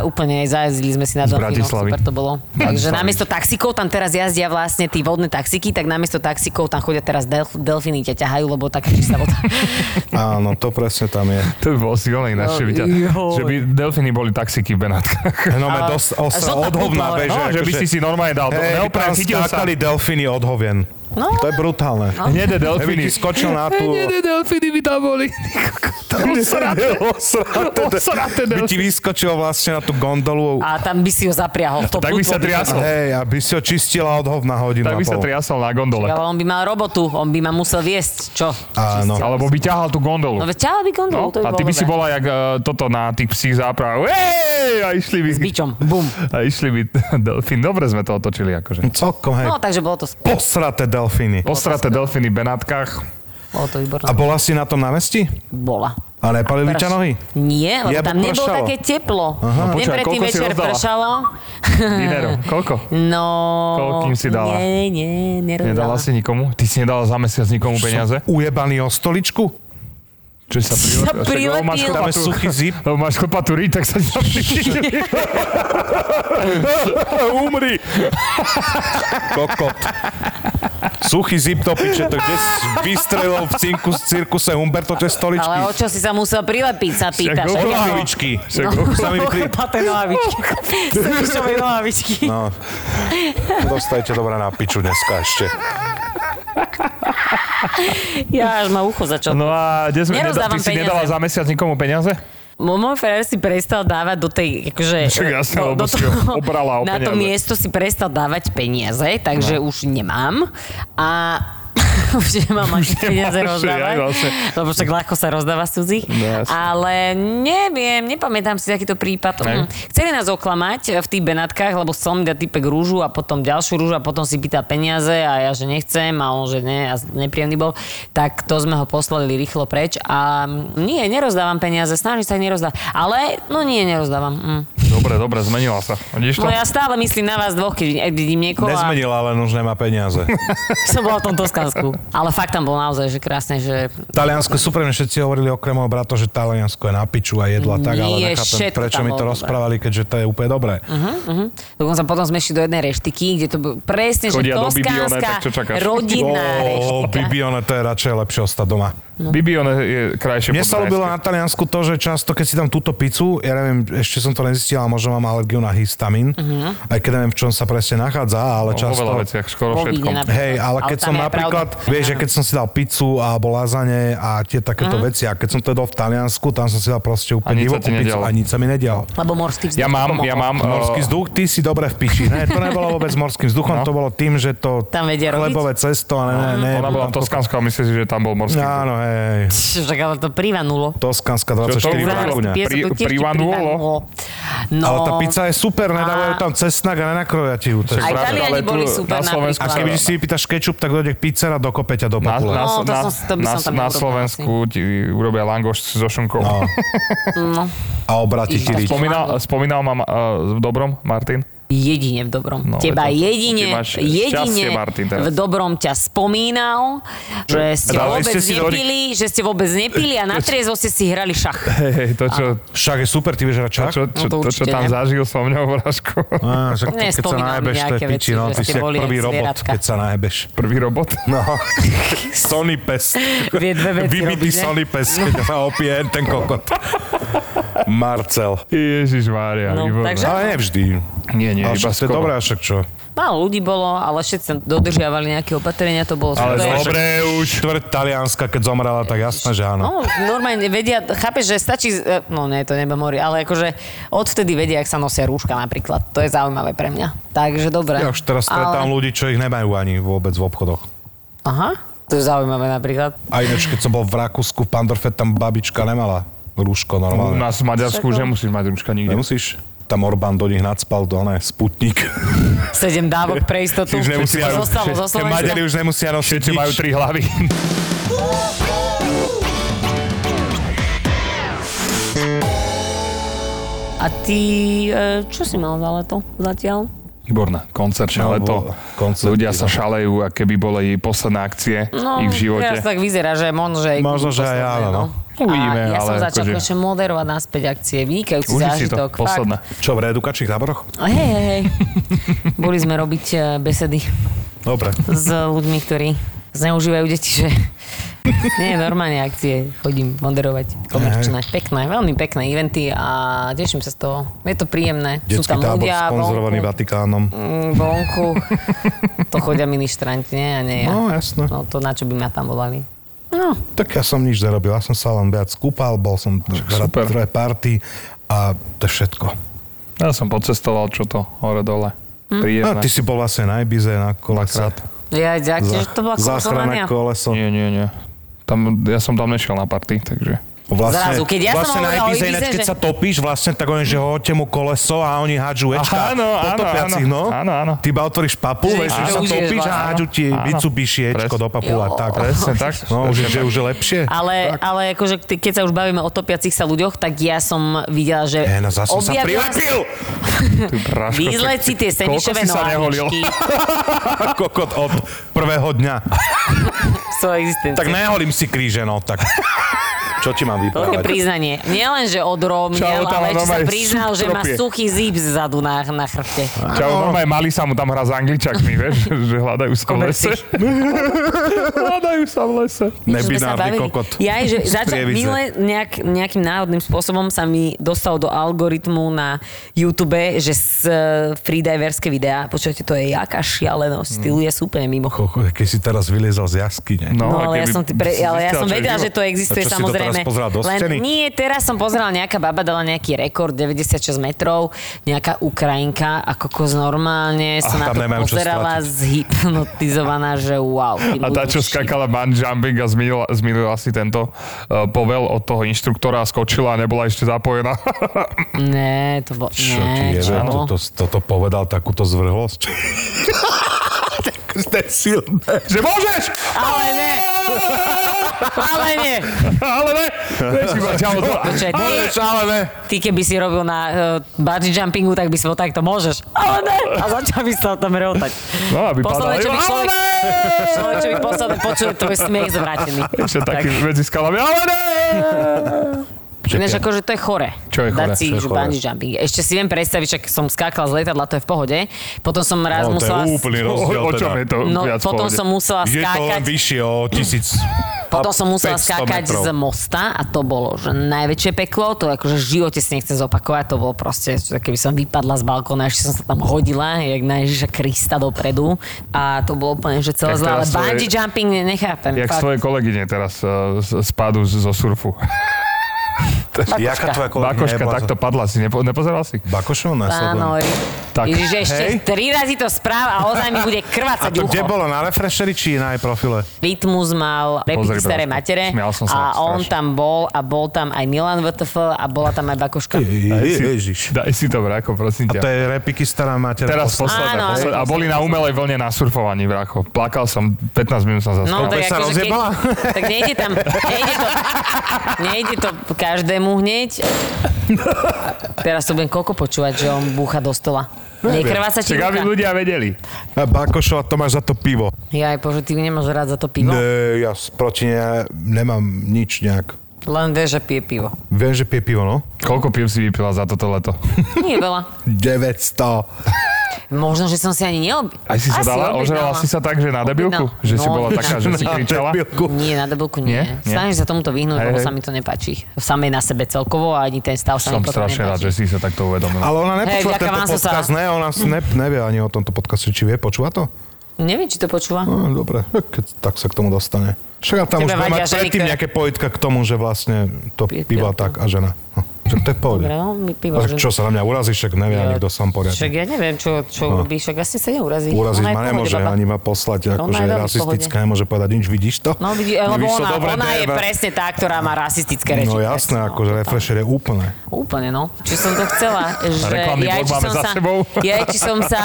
C: úplne zajazdili sme si na
D: Z
C: Dolfino,
D: Bratislavy.
C: super to bolo. Takže
D: Bratislavy.
C: namiesto taxikov tam teraz jazdia vlastne tí vodné taxiky, tak namiesto taxikov tam chodia teraz delf, delfíny, ťa ťahajú, lebo taká čistá voda.
E: Áno, to presne tam je.
D: To by bolo silné ináč, že by, ťa, že by delfíny boli taxíky v Benátkach.
E: No, me dosť ostra,
C: žltá
E: od hovna,
C: púpla,
E: vieš,
D: No, že by
E: akože-
D: si si normálne dal.
E: Hej,
D: Hey,
E: by tam
D: Neoprem, chytil sa.
E: skákali delfíny od hovien.
C: No.
E: To je brutálne.
D: Hnedé
E: Keby
D: delfíny.
E: ti skočil na tú...
D: delfíny by tam boli. Osraté. Osraté
E: By ti vyskočil vlastne na tú gondolu
C: A tam by si ho zapriahol. To
D: Tak by sa
C: pudlo
D: triasol.
E: Hej, aby si ho čistila od hovna hodinu
D: Tak by
E: a
D: sa
E: pol.
D: triasol na gondole.
C: Ale on by mal robotu, on by ma musel viesť, čo?
E: Áno.
D: Alebo by ťahal tú
C: No
D: gondolu.
C: veď ťahal by gondolu,
D: No,
C: to by
D: a ty
C: bolo
D: by si
C: dobré.
D: bola jak eh, toto na tých psích záprav. Ej, a išli by...
C: S bičom, bum.
D: A išli by delfín. Dobre sme to otočili akože.
E: Celkom, hej.
C: No, takže bolo to, sk-
E: Posraté delfíny.
D: Ostraté delfíny v Benátkach.
C: bolo to výborné.
E: A bola si na tom námestí?
C: Bola.
E: A nepalili ťa nohy?
C: Nie, lebo
E: Ja by
C: tam nebolo
E: pršalo.
C: také teplo. Aha.
D: No počkaj,
C: predtým
D: koľko si
C: večer
D: rozdala?
C: pršalo.
D: Dinero. Koľko?
C: No...
D: Koľkým si dala?
C: Nie, nie, nerozdala.
D: Nedala si nikomu? Ty si nedala za mesiac nikomu peniaze?
E: Ujebaný o stoličku?
D: Čo sa
C: Sa prilepil.
D: prilepil? Však, lebo máš
E: Dáme
D: chlpatú-
E: suchý zip.
D: Lebo máš chlpatú riť, tak sa ti tam prilepil. Umri!
E: Kokot. Suchý zip to piče, to kde si vystrelil v cinku z cirkuse Humberto, to je
C: Ale
E: stoličky.
C: o čo si sa musel prilepiť, sa pýtaš. Však
D: Však
E: Od
D: o-
C: ja-
E: nohavičky.
D: Však
E: No. Sa mi pri...
C: Chlpaté nohavičky. Sekišové nohavičky.
E: No. Dostajte dobre na piču dneska ešte.
C: Ja až ma ucho začal.
D: No a kde sme, neda-
C: Nerozdávam
D: ty si
C: peniaze.
D: nedala za mesiac nikomu peniaze?
C: Môj frajer si prestal dávať do tej, akože...
D: Však jasné,
C: do-
D: lebo
C: do
D: si ho obrala No. o
C: Na to
D: peniaze.
C: miesto si prestal dávať peniaze, takže už nemám. A už nemám ani
D: Už
C: peniaze
D: nemáš,
C: rozdávať,
D: aj vlastne.
C: lebo však ľahko sa rozdáva z cudzích.
D: No, jasné.
C: Ale neviem, nepamätám si takýto prípad.
D: Hej.
C: Hm. Chceli nás oklamať v tých Benátkach, lebo som dať typek rúžu a potom ďalšiu rúžu a potom si pýta peniaze a ja, že nechcem a on, že ne a nepríjemný bol. Tak to sme ho poslali rýchlo preč a mm, nie, nerozdávam peniaze, snažím sa ich nerozdávať. Ale no nie, nerozdávam. Hm.
D: Dobre, dobre, zmenila sa. Vidíš to?
C: No ja stále myslím na vás dvoch, keď vidím niekoho a
E: Nezmenila, len už nemá peniaze.
C: som bola v tom Toskansku. Ale fakt tam bol naozaj, že krásne, že
E: Taliansko, super, mne všetci hovorili okrem môjho brata, že Taliansko je na piču a jedla tak, ale
C: Nie,
E: nechápem,
C: všetko
E: prečo
C: tam
E: mi to
C: bolo
E: rozprávali, keďže to je úplne dobré.
C: Uh-huh. Dokonca potom sme išli do jednej reštiky, kde to bolo presne, že
D: Chodia do Bibione,
C: toskánska
D: tak čo čakáš?
C: rodinná
E: Ó,
C: reštika.
E: Bibione, to je radšej lepšie ostať doma.
C: No.
D: Bibione je krajšie
E: Mne sa
D: po
E: ľúbilo
D: Dunajsku.
E: na Taliansku to, že často, keď si tam túto pizzu, ja neviem, ešte som to nezistil, a možno mám alergiu na histamín,
C: Mhm.
E: uh-huh. aj keď neviem, v čom sa presne nachádza, ale
D: No,
E: často...
D: Vo veľa veciach, skoro
C: Vo
D: všetkom.
C: víne napríklad.
E: Hej, ale
C: Ale
E: keď
C: tam
E: som
C: je
E: napríklad,
C: pravda.
E: vieš, že
C: Áno.
E: keď som si dal pizzu alebo lazane a tie
C: Mhm.
E: takéto veci, a keď som to jedol v Taliansku, tam som si dal proste
D: A
E: úplne
D: nič sa
E: divokú
D: ti
E: pizzu
D: nedialo.
E: a nič sa mi nedialo.
C: Lebo morský vzduch
D: Ja mám,
C: pomohol.
D: ja mám...
E: Morský
D: eh,
E: vzduch, ty si dobre v piči. Ne, to nebolo vôbec morským
D: No.
E: vzduchom,
D: Mhm.
E: no. to bolo tým, že to
C: Tam vedia robiť?
E: chlebové cesto a ne, ne, ne.
D: Ona bola v
E: tam to-
D: Toskánsku a myslíš si, že tam bol morský vzduch.
E: Áno, hej, hej.
C: Však ale to privanulo.
E: Toskánska
D: Čo, to
E: 24
D: už-
E: Rakuňa.
D: Pri-
C: Pieso to tiež
D: privanulo?
C: privanulo. No,
E: Ale tá pizza je super, nedávajú
C: A-
E: tam cesnak a nenakroja ti ju. to je
C: Aj
E: super.
D: Práve,
C: Taliani
D: ale tu
C: boli super
D: na Slovensku
E: A
C: napríklad.
E: keby si pýtaš kečup, tak dojde k pizzera, dokope ťa do
D: Na,
E: papule.
D: na,
C: No, to
D: na,
C: som- to by
D: na,
C: som tam
D: na
C: neurobila
D: Slovensku ti urobia langoš so šunkou.
E: No. A obráti ti riť.
D: Spomínal, spomínal ma uh, v dobrom, Martin?
C: Jedine v dobrom. No,
D: No,
C: Teba
D: veď to- ty
C: jedine,
D: máš šťastie,
C: jedine
D: Martin, teraz.
C: v dobrom ťa spomínal, že ste
D: Dali
C: vôbec
D: ste si do-
C: nepili, že ste vôbec nepili a na triezvo ste si hrali šach.
D: Hej, hej, to, čo,
E: Však je super, ty vieš hrať
D: to,
E: čak?
D: čo,
C: No
D: čo,
C: to
D: to, čo
C: určite
D: tam
C: ne.
D: zažil som mňou vražku.
E: Á, No, však to, keď sa
C: Nespomínal mi
E: najebeš, to je
C: nejaké
E: piči,
C: veci,
E: no,
C: že
E: ty
C: ste
E: si jak
C: boli
E: prvý
C: jak
E: robot,
C: zvieratka.
E: keď sa najebeš.
D: Prvý robot.
E: No, Sony pes.
C: Vie dve veci
E: Vybitý
C: robiť, ne?
E: Sony pes, keď sa opie ten kokot. Marcel.
D: Ježiš Mária,
C: No,
D: výborné.
C: takže-
E: Ale nevždy.
D: Nie, nie,
E: Ale
D: iba
E: však to je
D: skoro.
E: dobré, a však čo?
C: Málo ľudí bolo, ale všetci dodržiavali nejaké opatrenia, to bolo
E: Ale
C: super.
E: dobre už. Štvrť Talianska, keď zomrela, tak jasné, že áno.
C: No, normálne vedia, chápeš, že stačí, e, no nie, to nebudem hovoriť, ale akože odvtedy vedia, ak sa nosia rúška napríklad. To je zaujímavé pre mňa. Takže dobre.
E: Ja už teraz stretám ľudí, čo ich nemajú ani vôbec v obchodoch.
C: Aha, to je zaujímavé napríklad.
E: A ináč, keď som bol v Rakúsku, v Pandorfe, tam babička nemala
D: U
E: rúško normálne.
D: nás v Maďarsku už nemusíš mať ručka nikde.
E: Nemusíš? Tam Orbán do nich nadspal, do ne, sputnik.
C: Sedem dávok pre istotu.
E: Už nemusia-
C: Čo zostalo zo
E: Tie
C: Slovenska?
E: Maďari už nemusia nosiť
D: Všetci majú
E: nič.
D: tri hlavy.
C: A ty, e, čo si mal za leto zatiaľ?
D: Výborné, koncertné
E: No,
D: leto.
E: bolo koncerty,
D: Ľudia sa
E: no.
D: šalejú, aké by boli posledné akcie ich v
C: No,
D: živote.
C: Teraz tak vyzerá, že možno, že... aj
E: Možno, že aj
C: posledné,
E: áno, no.
D: Uvidíme,
C: a ja som
D: ale
C: začal
D: akože-
C: konečne moderovať naspäť akcie, vynikajúci
D: Uži si to,
C: zážitok. fakt.
D: posledné.
E: Čo, v reedukačných táboroch?
C: Hej, hej, hej. Boli sme robiť e, besedy
E: Dobre.
C: s ľuďmi, ktorí zneužívajú deti, že nie, normálne akcie chodím moderovať, komerčné. Pekné, veľmi pekné eventy a teším sa z toho. Je to príjemné. Sú
E: Detský
C: tam
E: tábor
C: ľudia
E: sponzorovaný
C: vonku.
E: Vatikánom.
C: Mm, vonku. To chodia ministranti, nie? A nie ja.
E: No, jasné.
C: No to na čo by ma tam volali? No,
E: Tak ja som nič nerobil, ja som sa len viac kúpal, bol som rád
D: No, super.
E: druhé party a to je všetko.
D: Ja som pocestoval, čo to, hore dole.
C: Hm?
E: No,
D: Príjemné.
E: ty si bol vlastne na Ibize, na kolese.
C: ja ďakujem, že to bola konzumania.
E: Záchranné koleso.
D: Nie, nie, nie. Tam, ja som tam nešiel na party, takže...
E: Vlastne,
C: Zrazu, keď ja som
E: vlastne na
C: hovorila o
E: Ibize,
C: Ibize,
E: ináč, keď
C: že-
E: sa topíš, vlastne tak oni, že hoďte mu koleso a oni hádžu ečka.
D: áno, áno,
E: potopiacich,
D: áno,
E: no.
D: áno, áno.
E: Ty iba otvoríš papu,
C: Že
E: vieš,
C: si
E: že
C: to
E: sa
C: užiješ,
E: topíš a
C: áno.
E: hádžu ti
D: Áno.
E: Mitsubishi ečko
D: Presne.
E: do papu a
C: Jo.
E: tak.
D: Presne tak.
E: No, už je, už je lepšie.
C: Ale, ale akože, ty- keď sa už bavíme o topiacich sa ľuďoch, tak ja som videla, že
E: E, no zase som sa
C: objavila-
E: prilepil!
D: Ty bráško,
C: Vyzleď si tie
D: Koľko
C: seničové
D: si sa neholil?
C: nohavičky
E: Kokot od prvého dňa.
C: svojej existencie.
E: Tak neholím si kríže, no, tak. Čo ti mám
C: Veľké
E: vyprávať?
C: priznanie. Nielen, že odromiel,
D: Čau, tam
C: ale ešte
D: mám
C: sa
D: normálne
C: priznal, že má
D: subtropie.
C: suchý zip zadu na, na chrbte.
D: Čau, normálne mali sa mu tam hra s angličakmi, vieš, že hľadajú sa v lese.
C: Komerci.
D: hľadajú sa v lese.
E: Nebinárny kokot.
C: Ja, že začal,
E: Prievidze.
C: minule nejak, nejakým náhodným spôsobom sa mi dostal do algoritmu na YouTube, že z freediverské videá, počujete, to je jaká šialenosť, tí
E: Mm.
C: ľudia sú úplne mimo.
E: Kokot, Keď si teraz vyliezol z jaskyne.
C: No,
D: a
C: ale ja
D: keby
C: som, ty pre,
D: si
C: ale ja
D: zistila,
C: som
D: čo je
C: vedela,
D: život.
C: že to existuje
E: A čo si to
C: samozrejme.
E: teraz pozerala do steny?
C: nie, teraz som pozerala, nejaká baba dala nejaký rekord, 96 metrov, nejaká Ukrajinka a kokos normálne som
E: tam
C: na to
E: nemajú čo
C: pozerala
E: stratiť.
C: zhypnotizovaná, že wow. ty
D: A tá, čo
C: ľudí.
D: skákala man jumping a zmýlila, zmýlila si tento uh, povel od toho inštruktora a skočila a nebola ešte zapojená.
C: Ne, to bolo...
E: Čo ti
C: Ne,
E: je,
C: čo?
E: že toto, toto povedal takúto zvrhlosť? to je silné.
D: že môžeš!
C: Ale ne! Ale ne!
D: Ale ne! Vieš, iba ťa od-
C: Počkaj, ty,
E: ale ne.
C: ty keby si robil na uh, bungee jumpingu, tak by si bol takto, môžeš. Ale ne! A začal by sa tam reotať.
D: No, aby
C: Posledné,
D: padala.
C: čo by
D: Ale
C: človek,
D: ne!
C: človek, čo by posledné počul, je tvoj smiech zvrátený.
D: Ešte taký medzi skalami. Ale ne! Čo
C: Ináč
D: tie-
C: akože to je chore.
D: Čo je
C: Dať
D: chore?
C: si
D: Čo je chore?
C: bungee jumping. Ešte si viem predstaviť, čak som skákala z lietadla, to je v pohode. Potom som raz
F: No, to je
C: musela...
F: úplný
D: O,
F: rozdiel.
D: o čom
F: teda.
D: je to
C: No,
D: viac
C: potom
D: povedať?
C: som musela
F: Je to len
C: skákať
F: vyššie o tisíc.
C: Potom som musela
F: 500
C: skákať
F: metrov.
C: z mosta a to bolo že najväčšie peklo, to akože v živote si nechcem zopakovať, to bolo proste, že keby som vypadla z balkóna, ešte som sa tam hodila, jak na Ježiša Krista dopredu a to bolo úplne, že celé
D: Jak
C: zlé, ale
D: teraz tvoje-
C: bungee jumping ne- nechápem.
D: Jak
C: fakt.
D: svoje kolegyne teraz uh, spadú z- zo surfu.
F: Jaká tvoja
D: Bakoška takto padla, si nepo, nepozeral si?
E: Bakošov následujem.
C: Áno, tak.
D: Tak.
C: Ježiš, ešte
E: Hej.
C: tri razy to správ a ozaj mi bude
E: A
C: krvácať
E: to
C: ucho.
E: kde bolo? Na refresheri či na jej profile?
C: Rytmus mal
D: Pozri,
C: repiky staré
D: bráško.
C: matere
D: Smial som
C: a
D: sa
C: on
D: strašne.
C: tam bol a bol tam aj Milan VTF a bola tam aj Bakoška.
E: Ježiš.
D: Daj si to, Vrako, prosím
E: A to
D: ťa.
E: je repiky stará mater.
D: Teraz
C: Áno,
D: posledná.
C: áno,
D: posledná. A boli na umelej vlne na surfovaní, Vrako. Plakal som, 15 minút som
C: No,
D: zastal.
C: tak
E: opäť sa
C: akože
E: rozjebala?
C: Keď, tak nejde tam, nejde to, nejde to každému hneď. Teraz to budem koľko počúvať, že on búcha do stola. Nekrvá sa ti
D: Čak aby
C: ruka.
D: ľudia vedeli.
E: A Bakošov a to máš za to pivo.
C: Ja aj bože, ty nemáš rád za to pivo?
E: Ne, ja s- proti ne, nemám nič nejak.
C: Len vieš, že pije pivo.
E: Viem, že pije pivo, no.
D: Koľko piv si vypila za toto leto?
C: Nie veľa.
E: 900.
C: Možno, že som si ani neob...
D: Aj si sa
C: Asi
D: dala, ožrala
C: objednala.
D: si sa tak, že na debilku?
C: Objednala.
D: Že si
C: No,
D: bola taká, že si
E: Na
D: kričala?
E: debilku.
C: Nie, na debilku nie.
D: Nie?
C: nie?
D: Nie.
C: Snažím sa tomuto vyhnúť,
D: Hej,
C: lebo
D: hej.
C: sa mi to nepáči. Samej na sebe celkovo a ani ten stav sa
D: Som
C: mi potom
D: strašne rád,
C: nepáči.
D: že si sa takto uvedomila.
E: Ale ona nepočúva
C: Hej, vďaka
E: tento
C: vám som sa-
E: podcast, ne, ona s- ne, nevie ani o tomto podcaste, či vie, počúva to?
C: Neviem, či to počúva.
E: No, dobre, tak keď tak sa k tomu dostane. Však a tam
C: Tebe
E: už bude
C: vadia
E: mať
C: ženy,
E: predtým
C: ktoré-
E: nejaké pojitka k tomu, že vlastne to
C: Pije
E: piva
C: pivo.
E: tak a žena. Hm, Že to je v pohode.
C: Dobre, no, my pivo,
E: Tak
C: že-
E: čo sa na mňa urazíš, však nevie ani kto
C: Však
E: sám poriadne.
C: ja neviem, čo, čo robí, však asi sa neurazí.
E: Uraziť
C: Ona je v
E: ma
C: pohode,
E: nemôže,
C: baba.
E: ani ma poslať,
C: Ona
E: akože
C: je
E: je
C: veľmi v
E: rasistická, nemôže povedať nič, vidíš to?
C: No, vidí, lebo
E: Vidíš to?
C: ona,
E: Dobre,
C: ona je
E: Dave.
C: presne tá, ktorá má rasistické reči.
E: No jasné,
C: Presne,
E: akože
C: to tam-
E: refresher je úplne.
C: Úplne, no. Či som to chcela. Že
D: Reklamný
C: ja,
D: blok
C: či
D: máme
C: som
D: za
C: sa,
D: sebou.
C: Ja, či som sa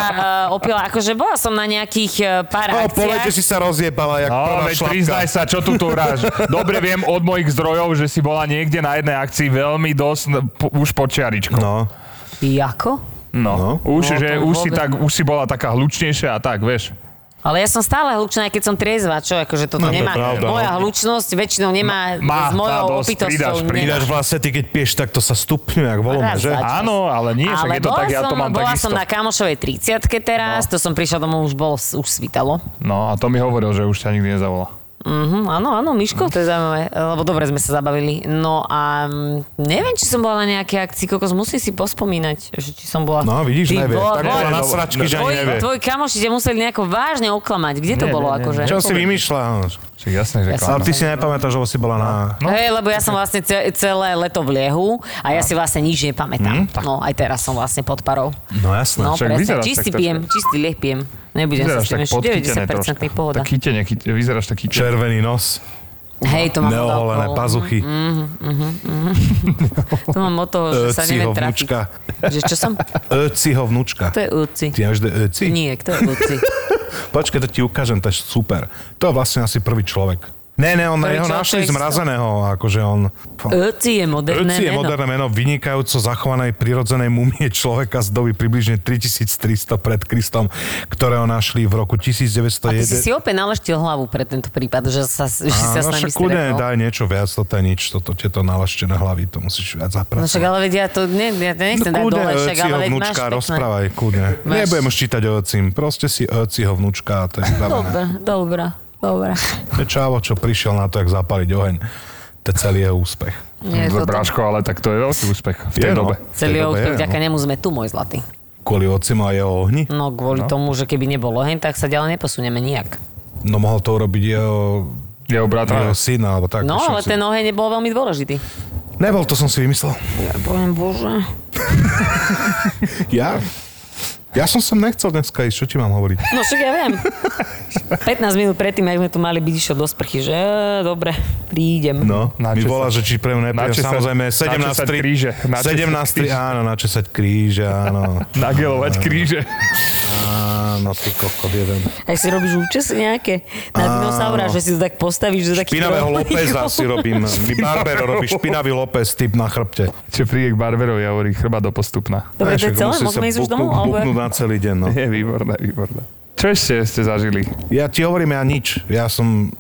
C: uh, opila. Akože bola som na nejakých uh, pár
E: No, povedz, že
C: akciách.
E: si sa rozjebala, jak prvá
D: No, veď
E: šlapka.
D: priznaj sa, čo tu tu hráš. Dobre viem od mojich zdrojov, že si bola niekde na jednej akcii veľmi dosť n- po, už pod čiaričkou.
E: No,
C: Jako?
D: No.
E: No.
D: Už,
C: No,
D: že,
C: to
D: už, si
C: vôbec.
D: tak, už si bola taká hlučnejšia a tak, vieš.
C: Ale ja som stále hlučná, aj keď som triezva, čo? Akože toto
E: No, to je
C: nemá.
E: pravda, no.
C: moja hlučnosť väčšinou nemá s
D: Má,
C: mojou
D: má dosť,
C: opitosťou.
D: pridáš, pridáš.
E: Ináč
C: nemá.
E: vlastne ty, keď piješ, tak to sa stupňuje, jak volome,
C: Raz
E: že?
C: za čas.
D: Áno, ale nie, však je to
C: bola
D: tak, ja to
C: som-
D: mám
C: Bola
D: takisto.
C: som na kamošovej 30 teraz, to som prišla domov, už bolo, už svítalo.
D: No a to mi hovoril, že už ťa nikdy nezavolá.
C: Mhm, áno, áno, Miško, to je zaujímavé, lebo dobre sme sa zabavili. No a mm, neviem, či som bola na nejakej akcii, kokos, musí si pospomínať, že či som bola...
E: No, vidíš,
C: Ty
E: nevie.
C: vole,
E: Tak bola na
D: dobre.
E: sračky, že ani
C: Tvoji,
E: nevie.
C: tvoji kamoši ťa museli nejako vážne oklamať. Kde to
D: Nie,
C: bolo?
D: nie, nie,
C: akože?
D: nie.
E: Čo si vymýšľa?
D: Však jasné, že
C: Ja
E: Ale
D: klamem.
E: ty si nepamätáš, že si bola na...
D: No.
C: Hej, lebo ja som vlastne ce- celé leto v liehu a ja si vlastne nič nepamätám. no aj teraz som vlastne pod parou.
E: No jasné.
C: No
D: však
C: presne,
D: vyzeráš
C: čistý
D: tak trošku.
C: pijem, čistý lieh pijem. Nebudem sa s
D: Vyzeráš
C: tým
D: tak
C: ešte
D: podchytené
C: 90% pohoda.
D: Tak chytene, chytene, vyzeráš tak chytene.
E: Červený nos,
C: Hej, to mám od
E: neoholené
C: alkoholu.
E: pazuchy,
C: To mám od toho, že sa
E: Öciho
C: neviem trafiť.
E: vnúčka.
C: Že čo som?
E: Öciho vnúčka.
C: To je Uci.
E: Ty nevieš, kde je Öci?
C: Nie, kto je Uci?
E: Počkaj, to ti ukážem, to je super. To je vlastne asi prvý človek. Ne, ne, on,
C: Prvý
E: jeho
C: človek,
E: našli
C: to je
E: zmrazeného, akože on...
C: Uci je moderné
E: Öci je
C: meno.
E: moderné meno vynikajúco zachovanej prirodzenej mumie človeka z doby približne 3300 pred Kristom, ktorého našli v roku
C: A ty si
E: 1901.
C: si opäť naleštil hlavu pre tento prípad, že sa, že si sa s
E: no
C: nami
E: však kľudne
C: stretol.
E: daj niečo viac, toto je nič, toto tieto nalaštené hlavy, to musíš viac
C: No však
E: zapracovať.
C: ale veď ja to ne, ja to nechcem dať
E: No kľudne
C: dole, však ale
E: Öciho
C: veď máš
E: vnúčka,
C: pekné.
E: rozprávaj, kľudne.
C: Máš-
E: Nebudem už čítať o Öcim, proste si Öciho vnúčka, a to je vybavené.
C: Dobre, dobrá, dobrá.
E: To je čávo, čo prišiel na to, jak zapaliť oheň. To je celý jeho úspech.
C: Nie,
D: Dobre,
C: toto-
D: Bráško, ale tak to je veľký úspech v tej
E: Je, no.
D: dobe.
E: V tej
C: Celý
E: dobe je,
C: úspech,
E: no.
C: vďaka nemu sme tu, môj zlatý.
E: Kvôli Ocimu a jeho ohni.
C: No kvôli tomu, že keby nebolo hen, tak sa ďalej neposunieme nijak.
E: No mohol to urobiť jeho,
D: Jeho bratra.
E: jeho syn, alebo tak.
C: No,
E: čo
C: ale
E: si-
C: ten oheň bol veľmi dôležitý.
E: Nebol, to som si vymyslel.
C: Ja poviem, bože.
E: Ja? Ja som sem nechcel dneska ísť, čo ti mám hovoriť?
C: No však ja viem. 15 minút predtým, ak sme tu mali byť išiel do sprchy, že e, dobre, prídem.
E: No,
D: Na
E: mi
D: čo
E: volá,
D: sa-
E: že či pre
D: na
E: mňa nepríde,
D: čo sa-
E: samozrejme,
D: na čo sa
E: 17 tri-
D: kríže, na čo sa
E: 17 tri-
D: kríže.
E: áno, na 10 kríže, áno.
D: Nagelovať kríže.
E: Áno, ty kokot jeden.
C: Aj si robíš účesy nejaké na
E: Áno.
C: dinosaura, že si to tak postavíš, že taký...
E: Špinavého Lópeza si robím. Mi Barbero robí
D: Špinavého.
E: špinavý López, typ na chrbte.
D: Čo príde k Barberovi a hovorí chrba do postupna.
C: Dobre, to je
E: Však
C: celé,
E: musí
C: môžeme
E: sa
C: ísť už
E: buknú-
C: domov? alebo-
E: buknúť na celý deň, no.
D: Je výborné, výborné. Čo ešte ste zažili?
C: No,
E: Ja ti hovorím, ja nič. Ja som,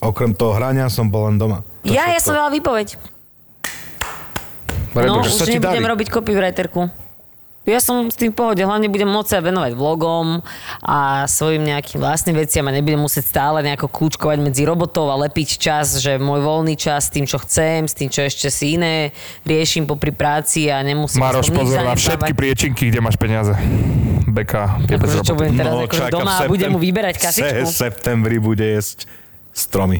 E: okrem toho hrania, som bol len doma.
C: Ja, ja som dala výpoveď. No,
D: Pretože
E: sa
C: už
E: ti
C: nebudem
E: darí.
C: robiť copywriterku. Ja som s tým v pohode, hlavne budem môcť sa venovať vlogom a svojim nejakým vlastným veciam a nebudem musieť stále nejako kľúčkovať medzi robotov a lepiť čas, že môj voľný čas s tým, čo chcem, s tým, čo ešte si iné riešim popri práci a nemusím... sa
D: Maroš,
C: nič
D: pozor na
C: zanedbávať.
D: všetky priečinky, kde máš peniaze. Beka, je bez
C: Akože čo
D: roboty.
C: budem teraz
F: No,
C: akože
F: čaká, v
C: doma a budem
F: septem-
C: mu vyberať kasičku?
F: v septembri bude jesť stromy.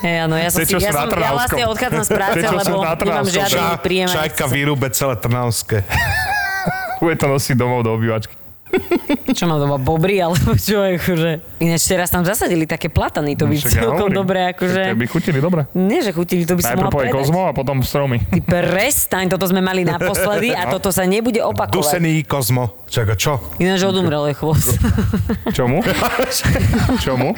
C: Hej, áno, ja, som si,
D: Tie, čo
C: ja,
D: sú na
C: som, ja vlastne
D: Trnavskom.
C: odchádzam z práce,
D: Tie, čo sú
C: lebo
D: na
C: nemám
D: Trnavskom.
C: žiadny
D: Ča-
C: príjem. ani
E: Čajka
C: chcem-
E: vyrúbe celé Trnavské.
D: Bude to nosiť domov do obývačky.
C: Čo mám doma, bobry, alebo čo akože. Ináč teraz tam zasadili také platany, to by
D: No Však ja
C: celkom
D: hovorím.
C: dobre
D: Tie
C: akože.
D: by chutili dobre.
C: Nie, že chutili, to by som
D: Najprv
C: mohla
D: poje
C: predať.
D: kozmo a potom stromy.
C: Ty prestaň, toto sme mali naposledy a toto sa nebude opakovať.
E: Dusený kozmo. Čaká, čo?
C: Ináč odumrel je chvost.
D: Čomu? Čomu?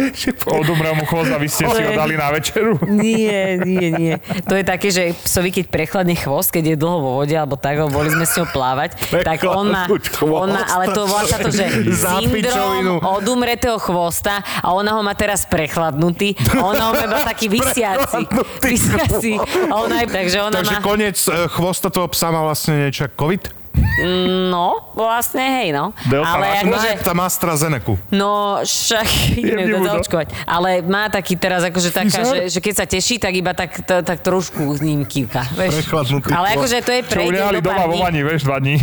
D: Odumrel mu chvost a vy ste si ho dali na večeru.
C: Nie, nie, nie. To je také, že psovi, keď prechladne chvost, keď je dlho vo vode, alebo tak, alebo boli sme s ňou plávať, tak on má,
F: Prechladnúť chvost.
C: on má, ale to volá sa to, že
E: Za
C: syndrom
E: pičovinu.
C: odumretého chvosta a ona ho má teraz prechladnutý a ona ho má iba taký vysiaci.
E: Prechladnutý
C: Vysiaci. A ona, takže ona
E: Takže
C: má...
E: koniec e, chvosta toho psa má vlastne niečo ako COVID.
C: No, vlastne hej, no.
D: Delta
C: ale
D: variant.
C: akože...
E: Tam AstraZeneca.
C: No, však ideme
D: nebudú.
C: to zaočkovať. Ale má taký teraz akože taká,
D: Vyzerá-
C: že, že keď sa teší, tak iba tak, t- tak trošku s ním kývka. Vieš?
E: Prechladnutý
C: Ale
E: tvor.
C: akože to je
D: Čo
C: prejde
D: udehali
C: do pár
D: doma vo
C: dní.
D: vani, vieš, dva dní.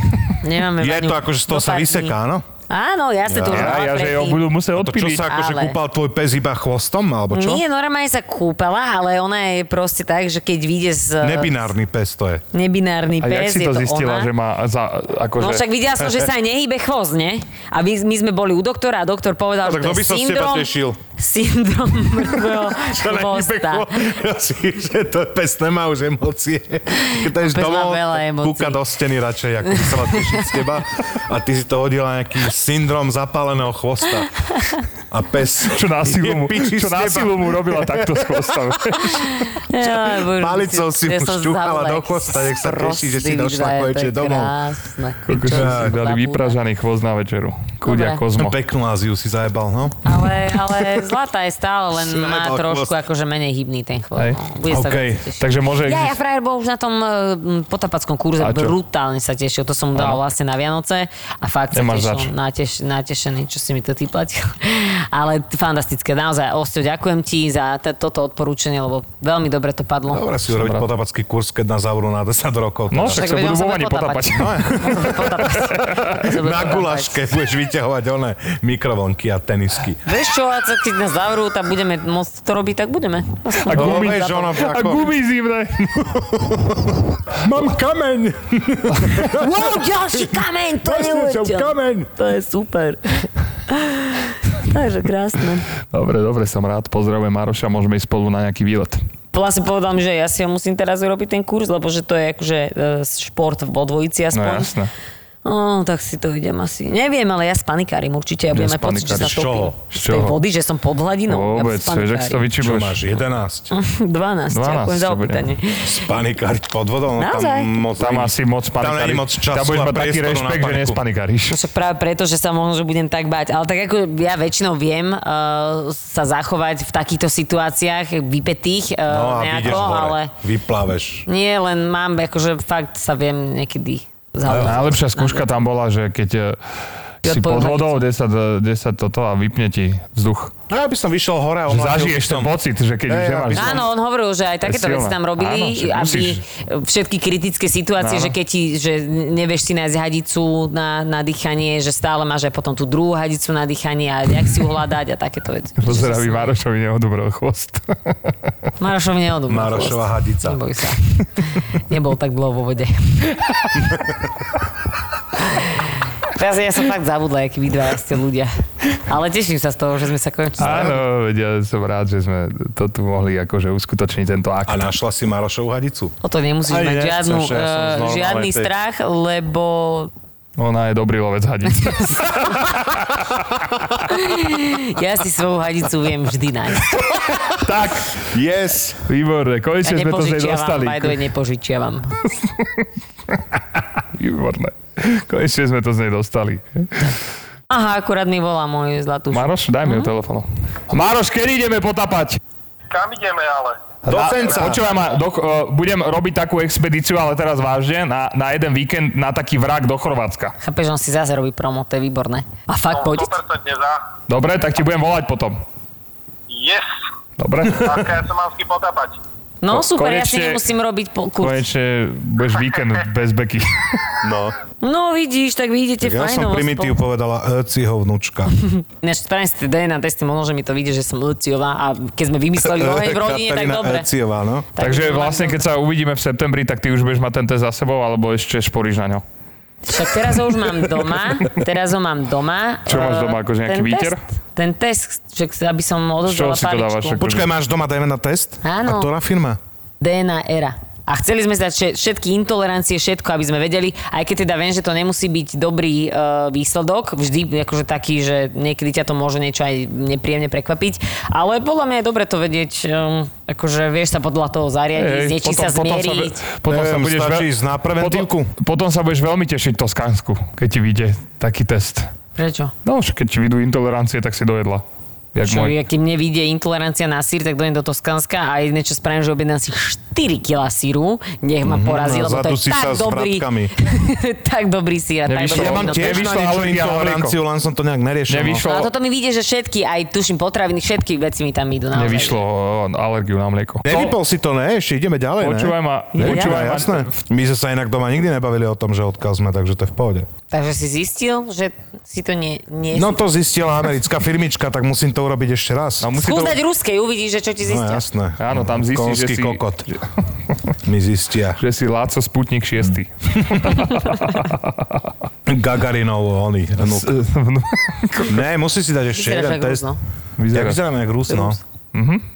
C: Nemáme
E: Je
C: vaniu.
E: to akože z toho
C: Do
E: sa
C: pár dní.
E: vyseká, áno?
C: Áno, jasne, to už bola
D: Ja, ja, že
C: predtým.
D: ho budú musieť
E: No, To čo
D: odpiliť.
E: sa akože
C: ale-
E: kúpal tvoj pes iba chvostom, alebo čo?
C: Nie, normálne sa kúpala, ale ona je proste tak, že keď vyjde z...
E: Nebinárny pes to je.
C: Nebinárny
D: A jak
C: pes, je
D: si to
C: to
D: zistila,
C: ona.
D: že má za, akože...
C: No však videla som, že sa aj nehybe chvost, nie? A my, my sme boli u doktora a doktor povedal,
E: No,
C: že to
E: tak kto by
C: je
E: sa z teba
C: syndrom,
E: tešil?
C: syndrom mŕtvého chvosta.
E: Asi, že to pes nemá už emócie. Keď to ješ
C: Pes má
E: domov,
C: veľa emócií.
E: kúka do steny radšej, ako by sa mal tešiť z teba. A ty si to hodila nejaký syndrom zapáleného chvosta. A pes...
D: Čo násilu mu,
E: je piči
D: čo
E: z teba.
D: násilu mu robila takto s chvostom.
C: Ja, bože,
E: Palicou si mu
C: som
E: šťuchala
C: zabudla,
E: do
C: jak
E: chvosta, nech sa teší, že si
C: sprostý
E: došla
C: ľudia,
E: konečne
C: to je
E: domov.
C: Krásne,
D: Koľko
C: pičo,
D: Akože si dali
C: zabudla.
D: vypražaný chvost na večeru. Kudia
C: Dobre.
D: kozmo.
E: Peknú Áziu si zajebal, no?
C: Ale, ale zlata je stále, len
E: Srebal
C: má
E: chvost.
C: trošku akože menej hybný ten chvost.
D: Hej.
C: No, bude sa
E: Okej,
C: viac tešiť.
D: Takže môže...
C: Ja, ja
D: exist-
C: frajer bol už na tom eh, m, potapackom kurze,
D: A čo?
C: brutálne sa tešil, to som mu dal vlastne na Vianoce a fakt sa
D: Nemáš
C: tešil,
D: zač.
C: nateš, natešený, čo si mi to ty platil. Ale t- fantastické, naozaj, Ostio, ďakujem ti za t- toto odporúčanie, lebo veľmi dobre to padlo.
E: Dobre si urobiť
D: rád.
E: potapacký kurz, keď nás zavrú na 10 rokov.
D: No
E: teda.
C: Tak
D: však sa
C: veď
D: budú
C: on sa
D: vo
C: bude
D: vani potapať.
E: No,
C: potapať. Môžeme potapať. Môžeme
E: Teda na
C: potapať.
E: gulaške budeš vyťahovať oné mikrovlnky a tenisky.
C: Vieš čo, a keď nás zavrú, tak budeme môcť to robiť, tak budeme.
D: A gumy,
E: No, vieš, ono
D: a
E: ako-
D: gumy zimné.
E: Mám kameň!
C: Wow, ďalší kameň, to je neuveriteľné. To je super. Takže krásne.
D: Dobre, dobre, som rád. Pozdravujem Maroša, môžeme ísť spolu na nejaký výlet.
C: Vlastne povedal mi, že ja si ho musím teraz urobiť ten kurz, lebo že to je akože e, šport vo dvojici
D: No
C: aspoň.
D: jasné.
C: No, tak si to idem asi. Neviem, ale ja spanikárim určite. Ja budem mať pocit, že sa
D: spanikáriš. Z čoho?
C: topím.
D: Z
C: tej
D: čoho?
C: vody, že som pod hladinou.
D: Vôbec,
C: ja
D: vieš, ak si
C: spanikárim.
D: to
E: Čo
D: vyčibuješ.
E: máš,
C: 12,
E: 11?
C: 12, ďakujem za
D: čo budem.
C: opýtanie.
E: Panikári pod vodou, no
C: Naozaj?
E: tam moc...
D: Tam asi moc
E: Tam
D: panikaríš.
E: není moc času
D: budeš
E: a
D: mať taký
E: priestoru na
D: rešpekt, že
E: paniku.
D: nespanikaríš.
C: Však práve preto, že sa možno, že budem tak báť. Ale tak ako ja väčšinou viem uh, sa zachovať v takýchto situáciách vypetých uh,
E: No a
C: nejako,
E: vyjdeš hore,
C: ale
E: vypláveš.
C: nie, len mám, akože fakt sa viem niekedy zaujímať.
D: No, Najlepšia skúška tam bola, že keď e,
C: Ja
D: si pod
C: poviem,
D: vodou 10, e, 10 toto a vypne ti vzduch.
E: No ja by som vyšiel hore
D: Že
E: a omladil
D: zažiješ
E: by
D: ten
E: som.
D: pocit, že keď
E: Hej,
D: už
E: ja
D: nemáš
E: by som-
D: vzduch.
C: Áno, on hovoril, že aj takéto
D: silné.
C: veci tam robili,
D: Áno, však
C: aby všetky kritické situácie,
D: Áno.
C: že keď ti, že nevieš si nájsť hadicu na, na dýchanie, že stále máš aj potom tú druhú hadicu na dýchanie a jak si ju hľadať a takéto veci.
D: Pozdraví Marošovi neodobral chvost.
C: Marošovi neodobral.
E: Marošova hadica.
C: Neboj sa. Nebol tak dlho vo vode. Teraz ja som fakt zabudla, akí vy dvaja ste ľudia. Ale teším sa z toho, že sme sa konečne...
D: Áno, veď ja som rád, že sme to tu mohli akože uskutočniť tento
E: A
D: akt.
E: našla si Marošovu hadicu.
C: O to nemusíš
E: Ani
C: mať
E: nechcem,
C: žiadnu,
E: že ja som
C: eh,
E: znormálnej
C: žiadny
E: tej-
C: strach, lebo
D: Ona je dobrý lovec hadice.
C: Ja si svoju hadicu viem vždy nájsť.
D: tak,
E: Yes!
D: výborne,
C: Ja
D: konečne sme to z nej
C: nepožičiavam,
D: dostali.
C: by the way, nepožičiavam.
D: Výborné. Konečne sme to z nej dostali.
C: Aha, akurát mi volá môj zlatúš. Mhm.
D: Maroš, daj mi ju telefónu. Maroš, kedy ideme potapať?
G: Kam ideme ale?
F: Do Senca.
D: Počúvaj ma, do, uh, budem robiť takú expedíciu, ale teraz vážne, na, na jeden víkend na taký vrak do Chorvátska.
C: Chápeš, on si zase robí promo, to je výborné. A fakt, poď.
G: 100% za.
D: Dobre, tak ti budem volať potom.
G: Yes!
D: Dobre?
G: Tak ja sa mám s kým potápať.
C: No
D: ko-
C: super, ja si
D: konečne-
C: nemusím robiť po- kurz.
D: Konečne budeš víkend bez beky.
F: No.
C: No vidíš, tak vy idete no,
E: Ja som
C: fajnovo
E: primitív
C: spolu.
E: povedala Eciho vnúčka.
C: Ináč, spravím si tie DNA testy, možno, že mi to vyjde, že som Luciová a keď sme vymysleli rohej v rodine, tak
E: Katarína
C: dobre.
E: Eciová, no.
C: Tak
D: Takže
C: to
D: vlastne,
C: mám
D: keď sa uvidíme v septembri, tak ty už budeš mať ten test za sebou, alebo ešte šporíš na ňo.
C: Však teraz ho už mám doma, teraz ho mám doma.
D: Čo
C: Eh,
D: máš doma, akože nejaký
C: ten
D: výter?
C: test- Ten test, však aby som
D: čoho
C: odozdala
D: si to dávaš?
C: paličku.
E: Počkaj, máš doma dajme na test?
C: Áno.
E: A ktorá firma?
C: DNA era. A chceli sme zdať vše- všetky intolerancie, všetko, aby sme vedeli, aj keď teda viem, že to nemusí byť dobrý e, výsledok, vždy akože taký, že niekedy ťa to môže niečo aj nepríjemne prekvapiť, ale podľa mňa je dobre to vedieť, um, akože vieš sa podľa toho zariadiť, s niečím sa zmieriť.
D: potom sa
E: Neviem,
D: budeš
E: stačí ísť na preventívku.
D: Potom, potom sa budeš veľmi tešiť v Toskánsku, keď ti vyjde taký test.
C: Prečo?
D: No už keď ti vyjdú intolerancie, tak si dojedla. Jak
C: Čo, ja,
D: môj.
C: keď mne vyjde intolerancia na sír, tak dojem do Toskanska a jedine, čo spravím, že objednám si 4 kg síru, nech ma porazí,
E: a
C: lebo to je
E: zadusí
C: tak
E: sa s
C: dobrý,
E: vratkami.
C: tak dobrý sír a tak
D: Nevyšlo.
C: dobrý
E: Ja mám
D: No,
C: vínotýk.
E: tiež
D: nevyšla
E: na niečo
D: alergia na mlieko.
E: intoleranciu, len som to nejak neriešil. no.
D: Nevyšlo,
C: No a toto mi vyjde, že všetky, aj tuším potraviny, všetky veci mi tam idú naozaj.
D: nevyšlo eh, alergiu na mlieko.
E: Nevypol si to, ne? Ešte ideme ďalej,
D: Počúvaj
E: ne?
D: ma,
C: Ja-
D: počúvaj
E: Ja,
D: ma.
E: jasné. My sme sa inak doma nikdy nebavili o tom, že odkiaľ sme, takže to je v pohode.
C: Takže si zistil, že si to nie... nie
E: No to zistila americká firmička, tak musím to urobiť ešte raz.
D: No, musí
C: Skús
D: to...
C: dať ruskej, uvidíš, že čo ti
E: No
C: zistia.
E: jasné.
D: Áno, tam zistí, že
E: Konský
D: si-
E: kokot. Mi zistia.
D: že si Láco Sputnik 6.
E: Gagarinov, oni. Vnúk. Ne, musí si dať ešte
C: Vyzeráš
E: jeden
C: jak Rus,
E: test.
C: no.
E: Ja
D: Vyzerá.
E: vyzerám jak Rus, no.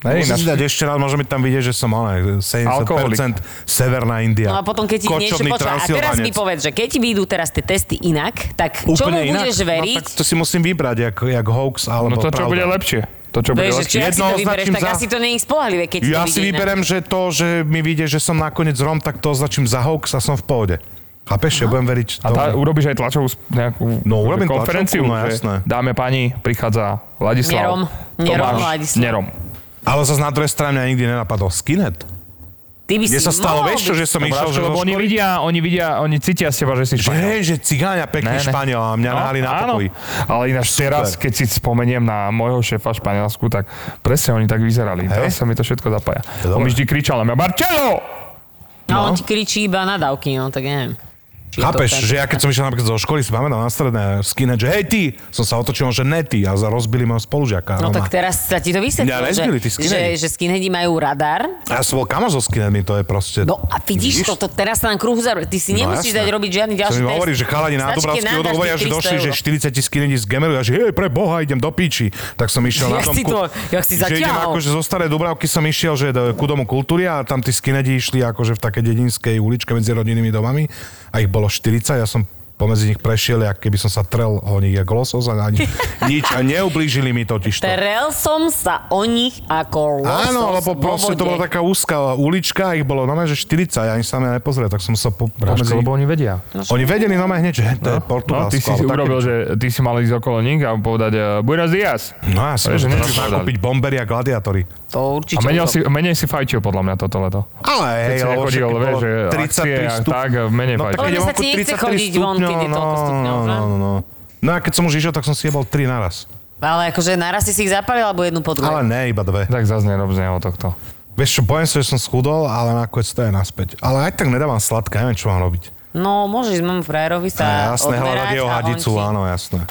D: Hej,
E: Musím
D: naš-
E: si dať ešte raz, môže mi tam vidieť, že som ale 70%
D: Alkoholik.
E: Severná India.
C: No a potom, keď ti niečo
E: Kočovný
C: počúva, a teraz mi
E: Transilvanec.
C: povedz, že keď ti vyjdú teraz tie testy inak, tak čomu
E: inak?
C: budeš veriť?
E: No, tak to si musím vybrať, jak, jak hoax alebo
D: No to, čo
E: pravda.
D: bude lepšie. To, čo bude
C: Vieš, že či ak si
D: lepšie.
C: to
E: Jedno
C: vybereš,
E: označím
C: tak
E: za-
C: asi to nie je spolahlivé, keď
E: Ja
C: to
E: si
C: vidí inak.
E: vyberem, že to, že mi vyjde, že som nakoniec Rom, tak to označím za hoax a som v pohode. Chápeš, ja budem veriť
D: A
E: tomu.
D: tá, urobíš aj tlačovú sp- nejakú
E: No, urobím
D: konferenciu,
E: tlačovku, no
D: že
E: jasné.
D: dáme pani, prichádza Ladislav.
C: Nerom. Nerom Ladislav.
D: Nerom.
E: Ale zase na druhej strane mňa nikdy nenapadol skinhead.
C: Ty by
E: Mne
C: si
E: sa stalo,
C: mohol
E: vieš čo,
C: byť-
E: že som
D: Lebo,
E: išiel, že
D: lebo
E: zo
D: oni
E: školy-
D: vidia, oni vidia, oni cítia z teba, že si
E: Že,
D: Španiel.
E: že cigáňa pekný
D: Ne, ne.
E: Španiel a mňa nahali na
D: áno,
E: pokoji.
D: ale ináč Super. teraz, keď si spomeniem na môjho šéfa v Španielsku, tak presne oni tak vyzerali. Hey? Teraz sa mi to všetko zapája.
E: To je
D: On
E: dobré.
D: mi vždy kričal na mňa, Marcello!
C: No, on ti kričí iba na dávky, no tak neviem. Či je to
E: Chápeš,
C: tak-
E: že ja keď som išiel napríklad zo školy, si pamätám na stredné skinhead, že hej ty, som sa otočil, že ne ty a za- rozbili môjho spolužiaka.
C: No
E: Roma.
C: tak teraz sa ti to vysvetlilo,
E: Mňa
C: že,
E: lesbili, tí
C: že,
E: skinheadi.
C: že skinheadi majú radar,
E: A ja som bol kamo so skinheadmi, to je proste...
C: No a vidíš, toto, teraz sa nám kruh zavrú. Ty si nemusíš
E: No jasné.
C: dať robiť žiadny ďalší
E: Čo mi
C: test.
E: hovorí, že chalani na
C: Stačí, keď
E: Dubravský
C: nám dáš
E: hovoria,
C: tých
E: že
C: 300
E: došli, že
C: eur.
E: 40 skinedí z Gemeru a že hej, pre boha, idem do píči. Tak som išiel na
C: Jak si
E: domku.
C: to- jak si
E: že idem
C: zaťahol.
E: akože zo starej Dubravky som išiel, že do- ku domu kultúry a tam tí skinedi išli akože v také dedinskej uličke medzi rodinnými domami a ich bolo 40, ja som pomedzi nich prešiel, jak keby som sa trel o nich, jak losos a ani, nič. A neublížili mi totiž to.
C: Trel som sa o nich ako losos
E: Áno, lebo
C: vo
E: proste to
C: vode.
E: bola taká úzka ulička, ich bolo normálne, že 40, ja ani sa mňa nepozrel, tak som sa po,
D: Braško,
E: pomedzi...
D: lebo oni vedia.
C: No,
E: Oni vedeli normálne hneď, že to je
D: No,
E: Portugalsko.
D: ty si
E: alebo
D: si
E: také
D: urobil, že ty si mal ísť okolo nich a povedať eh, Buenos dias.
E: No ja si
D: Vieš,
E: môžem
D: že
E: teraz
D: niečo povedali.
E: nakúpiť bombery a gladiátory.
C: To
D: A
C: určite.
D: menej
C: bolo.
D: si, menej si fajčil podľa mňa toto leto.
E: Ale
D: Keď
E: hej,
D: si
E: lebo
D: nechodil,
E: však keď
D: vieš,
E: bolo
D: že akcie a
E: 33 stup-
D: tak, eh, menej
E: No, tak
D: fajčil.
E: keď
C: Ono
E: je
C: sa
E: vonku
C: ti nechce
E: 33
C: chodiť von, keď je
E: stupňov,
C: toľko
E: no,
C: stupňov,
E: no,
C: že?
E: no, no. No a keď som už išiel, tak som si jebal tri naraz.
C: Ale akože naraz si si ich zapalil, alebo jednu po
E: Ale
C: druhej.
E: ne, iba dve.
D: Tak zase nerob z neho tohto.
E: Vieš čo, bojím sa, že som schudol, ale nakoniec to je naspäť. Ale aj tak nedávam sladké, neviem, čo mám robiť.
C: No, môžeš mamu frajerovi sa
E: A jasné, hľadať
C: odmerať a
E: jeho
C: on
E: hadicu,
C: ti- no,
E: áno, jasné.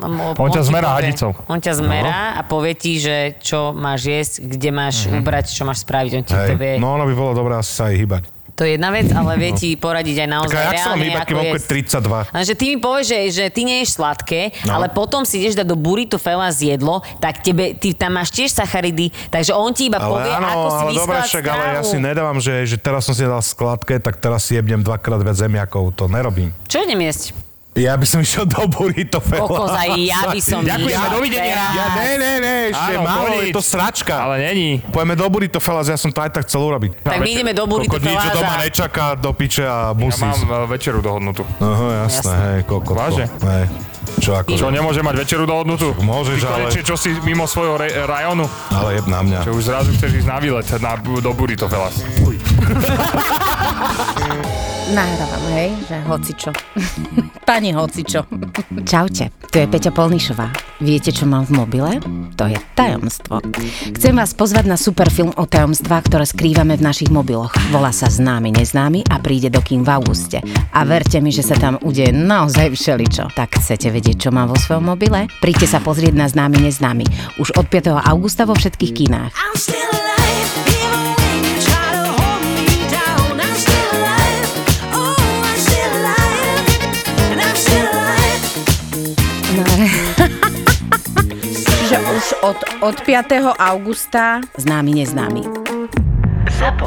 C: On,
D: On ťa
C: ti
D: zmerá
C: povie-
D: hadicou.
C: On ťa zmerá
E: No.
C: a povie ti, že čo máš jesť, kde máš ubrať, čo máš spraviť. On ti to vie.
E: Mhm. Hej. No ono by bolo dobré asi sa aj hýbať.
C: To je jedna vec, ale vie ti poradiť aj
E: Tak
C: naozaj
E: a jak sa mám
C: Akože reálne,
E: hýbať, keď
C: ako
E: mám
C: jesť.
E: 32?
C: Lenže ty mi povieš, že, že ty neješ sladké, no. ale potom si ideš dať do burrito fela z jedlo, tak tebe, ty tam máš tiež sacharidy, takže on ti iba povie, ako si
E: ale dobre,
C: vyskladať
E: však,
C: stravu.
E: ale ja si nedávam, že, že teraz som si dal skladke, tak teraz si jebnem dvakrát viac zemiakov, to nerobím.
C: Čo idem jesť?
E: Ja by som išiel do burrito fela.
C: Kokos, aj ja by som
D: Ďakujeme,
C: jedla
D: dovidenia.
C: teraz.
E: Ja, ne, ne, ne, ešte
D: Áno,
E: málo,
D: boli.
E: je to sračka. Ale...
D: Ale není.
E: Pojeme do burrito fela, ja som to aj tak chcel urobiť.
C: Tak my ideme do burrito
E: Kokot nič
C: fela
E: doma
C: za...
E: nečaká do piče a musí.
D: Ja mám
E: ísť.
D: eh, večeru dohodnutú.
E: Aha, jasné,
C: Jasné.
E: hej, kokot.
D: Vážne?
E: Hej. Čo Čo ako?
D: Čo, nemôže mať večeru dohodnutú?
E: Môžeš,
D: Ty
E: ale-
D: konečne, čo si mimo svojho re- rajonu?
E: Ale jeb na mňa.
D: Že už zrazu chceš ísť na výlet, na, do Buritofela.
H: Nahrávam, hej, že hocičo. Pani hocičo.
I: Čaute, tu je Peťa Polnišová. Viete, čo mám v mobile? To je tajomstvo. Chcem vás pozvať na superfilm o tajomstvách, ktoré skrývame v našich mobiloch. Volá sa Známy neznámy a príde do kín v auguste. A verte mi, že sa tam udeje naozaj všeličo. Tak chcete vedieť, čo mám vo svojom mobile? Príďte sa pozrieť na Známy neznámy. Už od 5. augusta vo všetkých kinách.
J: I'm still alive, even when you try to hold me down. I'm still alive, oh, I'm still alive, and I'm still alive.
H: Že už od, od 5. augusta
I: Známy neznámy.
A: Zapo.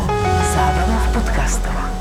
A: Zábrná v podcastovách.